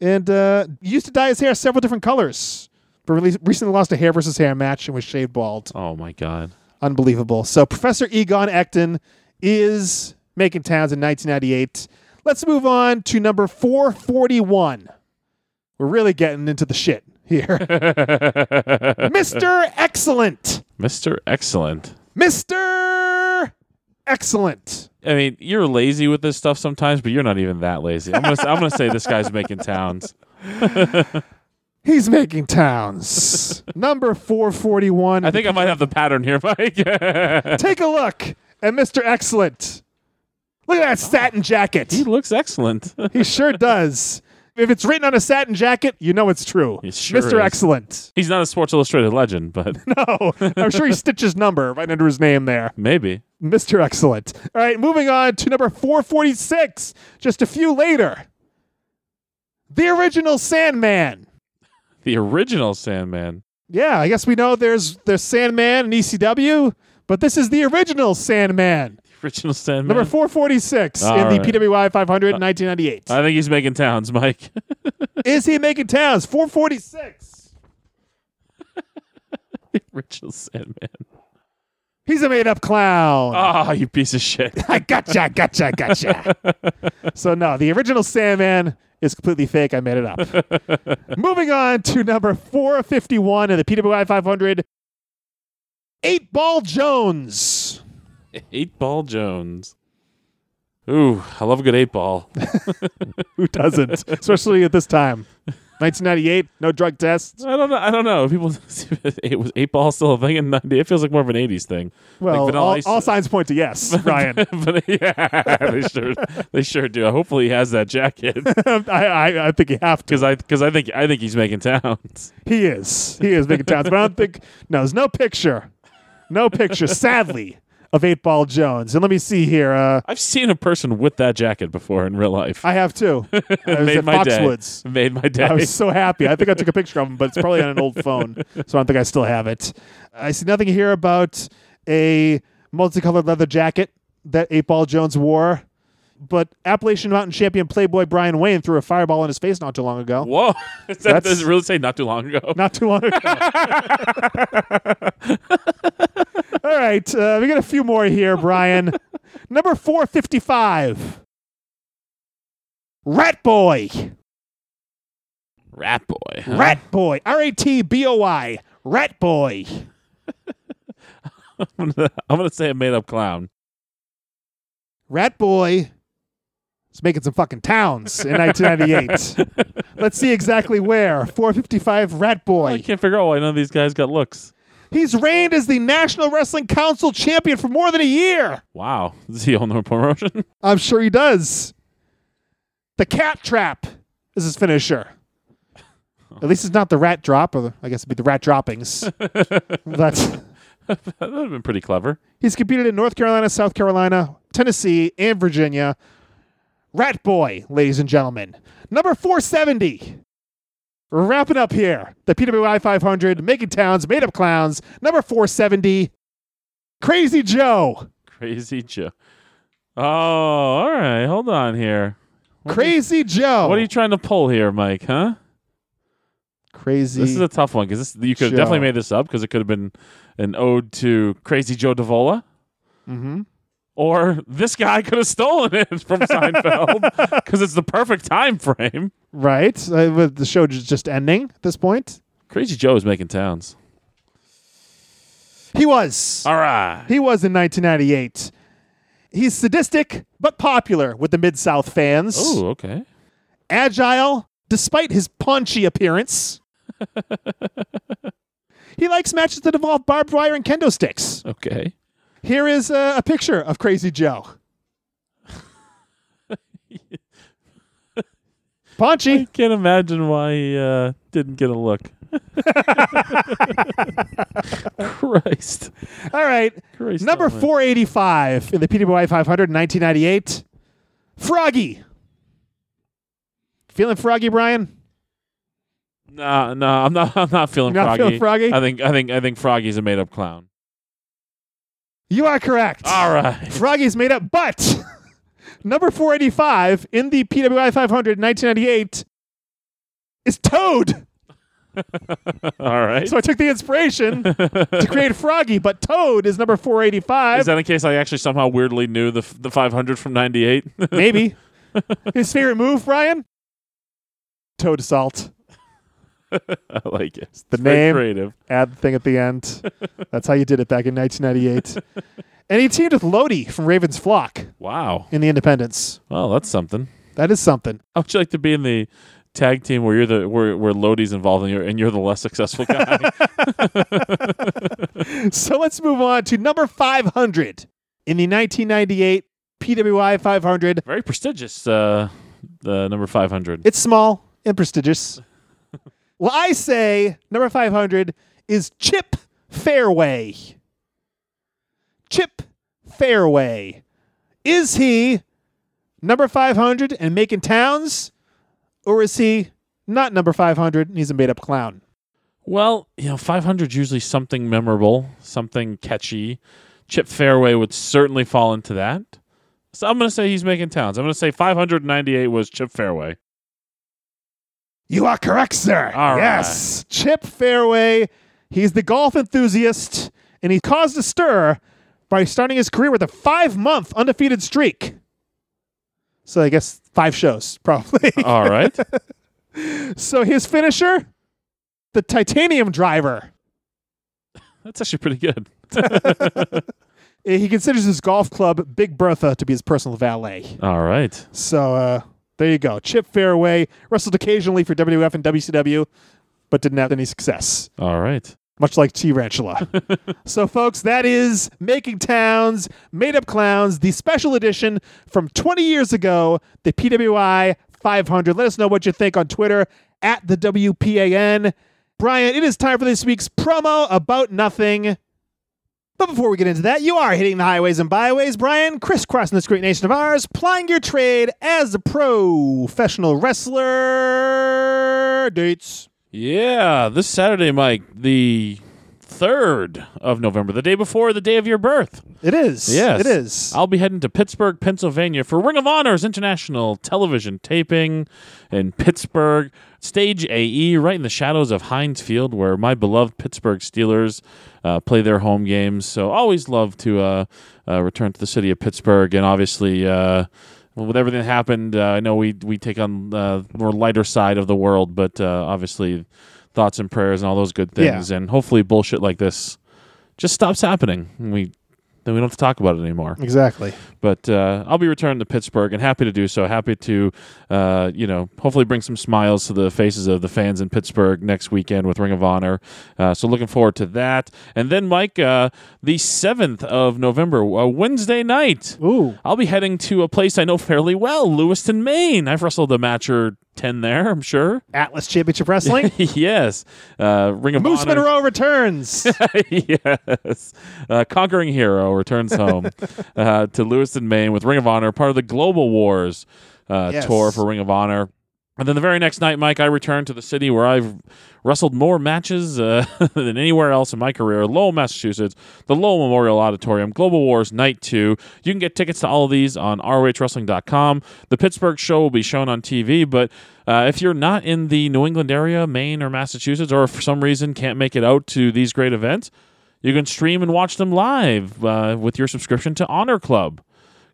Speaker 1: And uh, used to dye his hair several different colors, but really recently lost a hair versus hair match and was shaved bald.
Speaker 2: Oh my god.
Speaker 1: Unbelievable. So Professor Egon Ecton is making towns in 1998. Let's move on to number 441. We're really getting into the shit here. Mr. Excellent.
Speaker 2: Mr. Excellent.
Speaker 1: Mr. Excellent.
Speaker 2: I mean, you're lazy with this stuff sometimes, but you're not even that lazy. I'm gonna, I'm gonna say this guy's making towns.
Speaker 1: He's making towns. Number 441.
Speaker 2: I think I might have the pattern here, Mike.
Speaker 1: Take a look at Mr. Excellent. Look at that satin jacket.
Speaker 2: Oh. he looks excellent.
Speaker 1: He sure does. If it's written on a satin jacket, you know it's true.
Speaker 2: It sure
Speaker 1: Mr.
Speaker 2: is.
Speaker 1: Excellent.
Speaker 2: He's not a Sports Illustrated legend, but
Speaker 1: Oh, I'm sure he stitched his number right under his name there.
Speaker 2: maybe.
Speaker 1: Mr. Excellent. All right, moving on to number 446, just a few later. The original Sandman.
Speaker 2: The original Sandman.
Speaker 1: Yeah, I guess we know there's there's Sandman and ECW, but this is the original Sandman.
Speaker 2: The original Sandman.
Speaker 1: Number 446 in
Speaker 2: All
Speaker 1: the
Speaker 2: right. Uh,
Speaker 1: PWI 500 in 1998.
Speaker 2: I think he's making towns, Mike.
Speaker 1: Is he making towns? 446.
Speaker 2: the original Sandman.
Speaker 1: He's a made up clown.
Speaker 2: Oh, you piece of shit.
Speaker 1: I gotcha, I gotcha, I gotcha. so, no, the original Sandman is completely fake. I made it up. Moving on to number 451 in the PWI 500 Eight Ball Jones.
Speaker 2: Eight Ball Jones. Ooh, I love a good eight ball.
Speaker 1: Who doesn't? Especially at this time. 1998, no drug tests.
Speaker 2: I don't know. I don't know. People, it was eight ball still a thing in '90. It feels like more of an '80s thing.
Speaker 1: Well,
Speaker 2: like Vanilla
Speaker 1: all,
Speaker 2: Ice-
Speaker 1: all signs point to yes, Ryan.
Speaker 2: but yeah, they sure, they sure do. Hopefully, he has that jacket
Speaker 1: I, I, I think you have to.
Speaker 2: because I, because I think, I think he's making towns.
Speaker 1: He is. He is making towns, but I don't think no, there's no picture. No picture, sadly, of Eight Ball Jones. And let me see here. Uh,
Speaker 2: I've seen a person with that jacket before in real life.
Speaker 1: I have two. Uh, I was
Speaker 2: made
Speaker 1: at
Speaker 2: my day.
Speaker 1: Foxwoods.
Speaker 2: Made my day.
Speaker 1: I was so happy. I think I took a picture of him, but it's probably on an old phone, so I don't think I still have it. I see nothing here about a multicolored leather jacket that Eight Ball Jones wore. but Appalachian Mountain champion Playboy Brian Wayne threw a fireball in his face not too long ago.
Speaker 2: Whoa, that
Speaker 1: That's-
Speaker 2: does really say not too long ago.
Speaker 1: Not too long ago. All right, uh, we got a few more here, Brian. Number 455. Rat Boy.
Speaker 2: Rat boy. huh?
Speaker 1: Rat Boy. R A T B O I. Rat Boy.
Speaker 2: I'm gonna, I'm gonna say a made up clown.
Speaker 1: Rat Boy is making some fucking towns in 1998. Let's see exactly where. 455 Rat
Speaker 2: I
Speaker 1: Boy.
Speaker 2: can't figure out why none of these guys got looks.
Speaker 1: He's reigned as the National Wrestling Council champion for more than a year.
Speaker 2: Wow, does he own the promotion?
Speaker 1: I'm sure he does. The Cat Trap is his finisher. At least it's not the Rat Drop, or I guess it'd be the Rat Droppings. That's.
Speaker 2: that would have been pretty clever.
Speaker 1: He's competed in North Carolina, South Carolina, Tennessee, and Virginia. Rat Boy, ladies and gentlemen. Number 470. We're wrapping up here. The PWI 500, making towns, made up clowns. Number 470. Crazy Joe.
Speaker 2: Crazy Joe. Oh, all right. Hold on here.
Speaker 1: Crazy Joe.
Speaker 2: What are you trying to pull here, Mike? Huh?
Speaker 1: Crazy.
Speaker 2: This is a tough one because you could have
Speaker 1: Joe.
Speaker 2: definitely made this up because it could have been an ode to Crazy Joe Davola.
Speaker 1: Mhm.
Speaker 2: Or this guy could have stolen it from Seinfeld because it's the perfect time frame.
Speaker 1: right. Uh, but the show is just ending at this point.
Speaker 2: Crazy Joe is making towns.
Speaker 1: He was.
Speaker 2: All right.
Speaker 1: Uh, He was in 1998. He's sadistic, but popular with the Mid South fans.
Speaker 2: Oh, okay.
Speaker 1: agile despite his paunchy appearance. he likes matches that involve barbed wire and kendo sticks.
Speaker 2: Okay.
Speaker 1: Here is uh, a picture of Crazy Joe.
Speaker 2: I
Speaker 1: Paunchy.
Speaker 2: can't imagine why he uh, didn't get a look. Christ.
Speaker 1: All right.
Speaker 2: Christ
Speaker 1: Number
Speaker 2: almighty.
Speaker 1: 485 in the PWI 500 in 1998. Froggy. Feeling froggy, Brian?
Speaker 2: No, no, I'm not. I'm not feeling
Speaker 1: You're not
Speaker 2: froggy.
Speaker 1: feeling froggy?
Speaker 2: I think. I think. I think Froggy's a made-up clown.
Speaker 1: You are correct.
Speaker 2: All right.
Speaker 1: Froggy's made up, but number 485 in the PWI 500 in 1998 is Toad.
Speaker 2: All right.
Speaker 1: So I took the inspiration to create Froggy, but Toad is number 485.
Speaker 2: Is that in case I actually somehow weirdly knew the f- the 500 from '98?
Speaker 1: Maybe. His favorite move, Brian? Toad Assault.
Speaker 2: I like it. It's
Speaker 1: the
Speaker 2: very
Speaker 1: name.
Speaker 2: creative.
Speaker 1: Add the thing at the end. That's how you did it back in 1998. and he teamed with Lodi from Raven's Flock
Speaker 2: Wow.
Speaker 1: in the Independence.
Speaker 2: Well, that's something.
Speaker 1: That is something.
Speaker 2: How would you like to be in the tag team where you're the where where Lodi's involved and you're and you're the less successful guy?
Speaker 1: So let's move on to number 500 in the 1998 PWI 500.
Speaker 2: very prestigious. Uh, the number 500.
Speaker 1: It's small and prestigious. well, I say number 500 is Chip Fairway. Chip Fairway. Is he number 500 and making towns, or is he not number 500 and he's a made up clown?
Speaker 2: Well, you know, 500 is usually something memorable, something catchy. Chip Fairway would certainly fall into that. So I'm going to say he's making towns. I'm going to say 598 was Chip Fairway.
Speaker 1: You are correct, sir.
Speaker 2: All
Speaker 1: yes. Chip Fairway. He's the golf enthusiast, and he caused a stir by starting his career with a five month undefeated streak. So I guess five shows, probably.
Speaker 2: All right.
Speaker 1: so his finisher, the titanium driver.
Speaker 2: That's actually pretty good.
Speaker 1: Uh, He considers his golf club, Big Bertha, to be his personal valet.
Speaker 2: All right.
Speaker 1: So uh, there you go. Chip Fairway wrestled occasionally for WWF and WCW, but didn't have any success.
Speaker 2: All right.
Speaker 1: much like Tarantula. so, folks, that is Making Towns, Made Up Clowns, the special edition from 20 years ago, the PWI 500. Let us know what you think on Twitter at the WPAN. Brian, it is time for this week's promo about nothing. But before we get into that, you are hitting the highways and byways, Brian, crisscrossing this great nation of ours, plying your trade as a professional wrestler. Dates.
Speaker 2: Yeah. This Saturday, Mike, the 3rd of November, the day before the day of your birth.
Speaker 1: It is.
Speaker 2: Yes.
Speaker 1: It is.
Speaker 2: I'll be heading to Pittsburgh, Pennsylvania for Ring of Honor's international television taping in Pittsburgh. Stage AE, right in the shadows of Heinz Field, where my beloved Pittsburgh Steelers uh, play their home games. So always love to uh, uh, return to the city of Pittsburgh. And obviously, uh, well, with everything that happened, uh, I know we, we take on uh, the more lighter side of the world, but uh, obviously, thoughts and prayers and all those good
Speaker 1: Yeah.
Speaker 2: things. And hopefully, bullshit like this just stops happening. And we then we don't have to talk about it anymore.
Speaker 1: exactly.
Speaker 2: But uh, I'll be returning to Pittsburgh and happy to do so. Happy to, uh, you know, hopefully bring some smiles to the faces of the fans in Pittsburgh next weekend with Ring of Honor. Uh, so looking forward to that. And then, Mike, uh, the 7th of November, uh, Wednesday night.
Speaker 1: Ooh.
Speaker 2: I'll be heading to a place I know fairly well, Lewiston, Maine. I've wrestled a match or 10 there, I'm sure.
Speaker 1: Atlas Championship Wrestling.
Speaker 2: yes. Uh, Ring of
Speaker 1: Moose
Speaker 2: Honor.
Speaker 1: Monroe returns.
Speaker 2: yes. Uh, Conquering Hero returns home uh, to Lewiston, Maine with Ring of Honor, part of the Global Wars uh,
Speaker 1: Yes.
Speaker 2: tour for Ring of Honor. And then the very next night, Mike, I returned to the city where I've wrestled more matches uh, than anywhere else in my career, Lowell, Massachusetts, the Lowell Memorial Auditorium, Global Wars Night 2. You can get tickets to all of these on ROHWrestling.com. The Pittsburgh show will be shown on TV, but uh, if you're not in the New England area, Maine or Massachusetts, or for some reason can't make it out to these great events, you can stream and watch them live uh, with your subscription to Honor Club.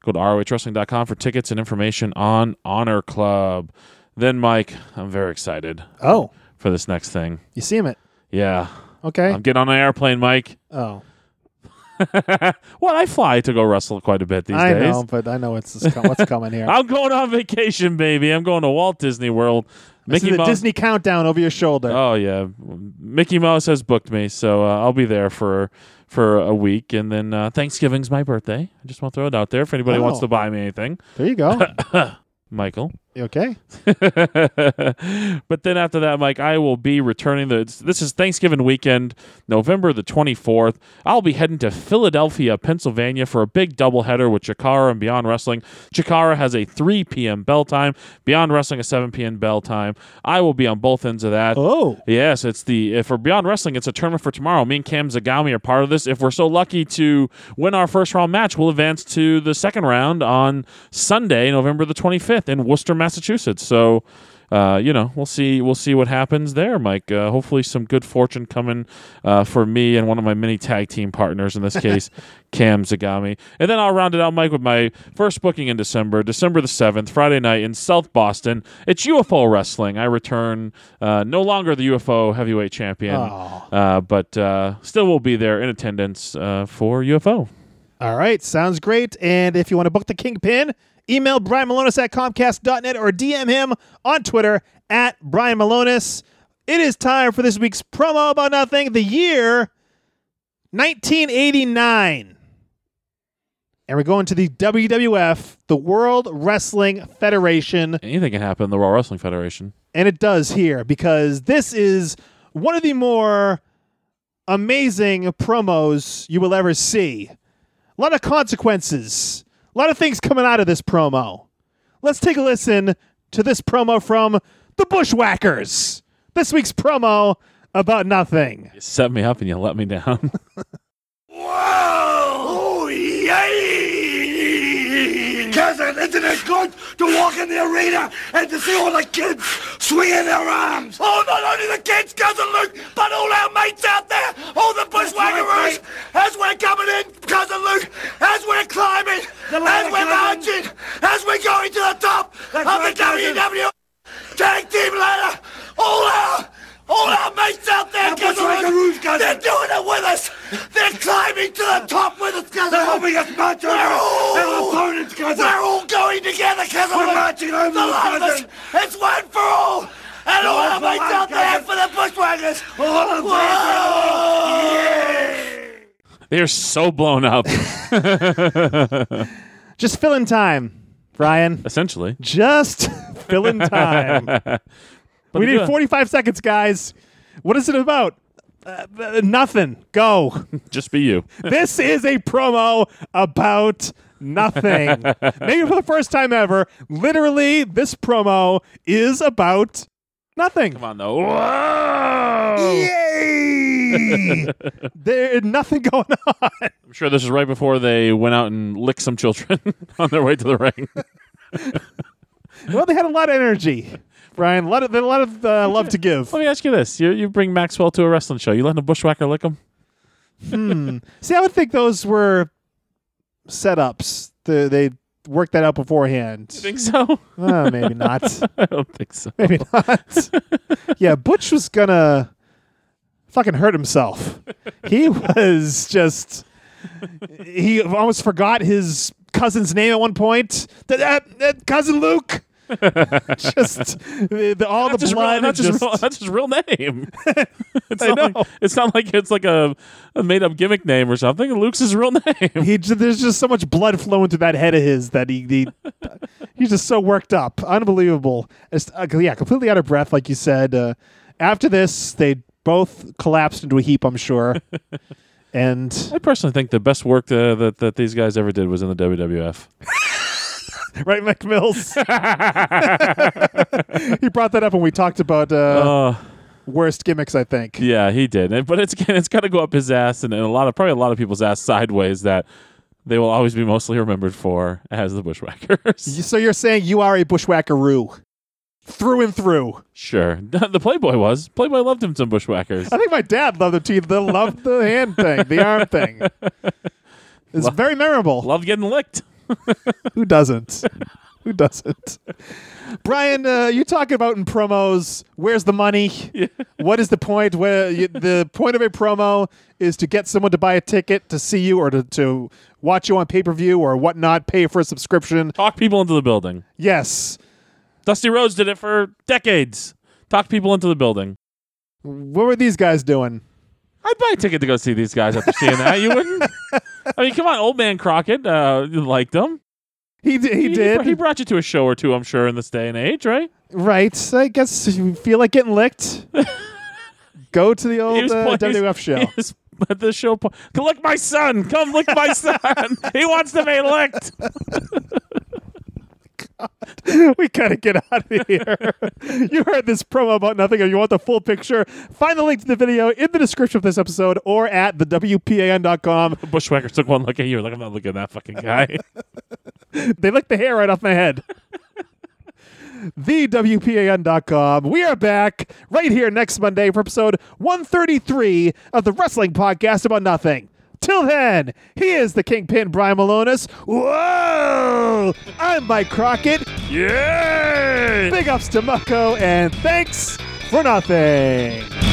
Speaker 2: Go to ROHWrestling.com for tickets and information on Honor Club. Then, Mike, I'm very excited
Speaker 1: oh,
Speaker 2: for this next thing.
Speaker 1: you see him it.
Speaker 2: Yeah.
Speaker 1: Okay.
Speaker 2: I'm getting on an airplane, Mike.
Speaker 1: oh,
Speaker 2: Well, I fly to go wrestle quite a bit these
Speaker 1: I
Speaker 2: days.
Speaker 1: know, but I know what's this com- what's coming here.
Speaker 2: I'm going on vacation, baby. I'm going to Walt Disney World.
Speaker 1: this
Speaker 2: Mickey
Speaker 1: is the
Speaker 2: Mouse.
Speaker 1: Disney countdown over your shoulder.
Speaker 2: Oh yeah, Mickey Mouse has booked me, so uh, I'll be there for for a week, and then uh, Thanksgiving's my birthday. I just want to throw it out there if anybody wants
Speaker 1: Oh.
Speaker 2: to buy me anything,
Speaker 1: There you go.
Speaker 2: Michael.
Speaker 1: You okay.
Speaker 2: but then after that, Mike, I will be returning. The this is Thanksgiving weekend, November the twenty fourth. I'll be heading to Philadelphia, Pennsylvania, for a big doubleheader with Chikara and Beyond Wrestling. Chikara has a three p.m. bell time. Beyond Wrestling a seven p.m. bell time. I will be on both ends of that.
Speaker 1: Oh.
Speaker 2: Yes, it's the if for Beyond Wrestling, it's a tournament for tomorrow. Me and Cam Zagami are part of this. If we're so lucky to win our first round match, we'll advance to the second round on Sunday, November the twenty fifth, in Worcester, Massachusetts. So, uh, you know, we'll see we'll see what happens there, Mike. Uh, hopefully, some good fortune coming uh, for me and one of my many tag team partners. In this case, Cam Zagami, and then I'll round it out, Mike, with my first booking in December, December the seventh, Friday night in South Boston. It's UFO wrestling. I return, uh, no longer the UFO heavyweight champion,
Speaker 1: Aw.
Speaker 2: uh, but uh, still will be there in attendance uh, for UFO.
Speaker 1: All right. Sounds great. And if you want to book the kingpin, email Brian Malonis at Comcast.net or DM him on Twitter at Brian Malonis. It is time for this week's promo about nothing, the year 1989. And we're going to the WWF, the World Wrestling Federation.
Speaker 2: Anything can happen in the Raw Wrestling Federation.
Speaker 1: And it does here because this is one of the more amazing promos you will ever see. A lot of consequences, a lot of things coming out of this promo. Let's take a listen to this promo from the Bushwhackers. This week's promo about nothing.
Speaker 2: You set me up and you let me down.
Speaker 5: Wow! Yay! Cousin, isn't it good to walk in the arena and to see all the kids swinging their arms? Oh, not only the kids, Cousin Luke, but all our mates out there, all the bushwhackerers, as we're coming in, Cousin Luke, as we're climbing, as we're marching, as we're going to the top of the E. WW Tag Team Ladder, all our, all our mates out there, Cousin Luke, they're doing it with us. They're climbing to the top with us, Cousin They're helping us march over our opponents, Cousin We're all going together, Cousin We're marching over the lot of us. It's one for all. And all our mates out there for the bushwhackers. All of
Speaker 2: They're so blown up,
Speaker 1: Just fill in time, Brian.
Speaker 2: essentially.
Speaker 1: Just fill in time. we
Speaker 2: they do
Speaker 1: need
Speaker 2: it.
Speaker 1: 45 seconds, guys. What is it about? Uh, uh, nothing. Go.
Speaker 2: Just be you.
Speaker 1: this is a promo about nothing. Maybe for the first time ever, literally, this promo is about nothing.
Speaker 2: Come on though. Whoa!
Speaker 5: Yay!
Speaker 1: there nothing going on.
Speaker 2: I'm sure this is right before they went out and licked some children on their way to the ring.
Speaker 1: Well, they had a lot of energy, Brian. A lot of, a lot of uh, love to give.
Speaker 2: Let me ask you this: you, you bring Maxwell to a wrestling show, you letting a bushwhacker lick him?
Speaker 1: See, I would think those were setups. The, they worked that out beforehand.
Speaker 2: Think so?
Speaker 1: Uh, maybe not.
Speaker 2: I don't think so.
Speaker 1: Maybe not. yeah, Butch was gonna fucking hurt himself. He was just he almost forgot his cousin's name at one point. That, that, that cousin Luke. just the, the- all the
Speaker 2: That's his real-
Speaker 1: blood.
Speaker 2: that's,
Speaker 1: and
Speaker 2: his real,
Speaker 1: just-
Speaker 2: that's his real name. it's,
Speaker 1: I
Speaker 2: not
Speaker 1: know.
Speaker 2: Like, it's not like it's like a, a made up gimmick name or something. Luke's his real name.
Speaker 1: he j- there's just so much blood flowing through that head of his that he, he he's just so worked up, unbelievable. It's, uh, yeah, completely out of breath, like you said. Uh, after this, they both collapsed into a heap. I'm sure, and
Speaker 2: I personally think the best work uh, that that these guys ever did was in the WWF.
Speaker 1: right, Mike Mills. he brought that up when we talked about uh,
Speaker 2: Uh,
Speaker 1: worst gimmicks. I think.
Speaker 2: yeah, he did. And- But it's again, it's got to go up his ass and, and a lot of probably a lot of people's ass sideways that they will always be mostly remembered for as the bushwhackers.
Speaker 1: You- So you're saying you are a bushwhackeroo through and through.
Speaker 2: Sure, the Playboy was Playboy loved him some bushwhackers.
Speaker 1: I think my dad loved the teeth. They loved the hand thing, the arm thing. It's very memorable.
Speaker 2: Loved getting licked.
Speaker 1: Who doesn't? Who doesn't? Brian, uh, you talk about in promos. Where's the money? What is the point? Where you, the point of a promo is to get someone to buy a ticket to see you or to, to watch you on pay per view or whatnot, pay for a subscription.
Speaker 2: Talk people into the building.
Speaker 1: Yes.
Speaker 2: Dusty Rhodes did it for decades. Talk people into the building.
Speaker 1: What were these guys doing?
Speaker 2: I'd buy a ticket to go see these guys after seeing that. You wouldn't? I mean, come on, old man Crockett uh, you liked them.
Speaker 1: He d- he
Speaker 2: br-
Speaker 1: did
Speaker 2: He brought you to a show or two, I'm sure, in this day and age, right?
Speaker 1: right. I guess you feel like getting licked. Go to the
Speaker 2: He
Speaker 1: old uh,
Speaker 2: playing- he
Speaker 1: WWF
Speaker 2: was-
Speaker 1: show.
Speaker 2: he was at the show, po- lick my son. Come lick my son. he wants to be licked.
Speaker 1: we gotta get out of here. you heard this promo about nothing, and you want the full picture? Find the link to the video in the description of this episode or at the WPAN.com.
Speaker 2: Bushwhackers took one look at you. Like I'm not looking at that fucking guy.
Speaker 1: They licked the hair right off my head. the WPAN.com. We are back right here next Monday for episode 133 of the Wrestling Podcast About Nothing. Till then, he is the Kingpin Brian Malonis. Whoa! I'm Mike Crockett.
Speaker 2: Yay!
Speaker 1: Big ups to Mucko, and thanks for nothing.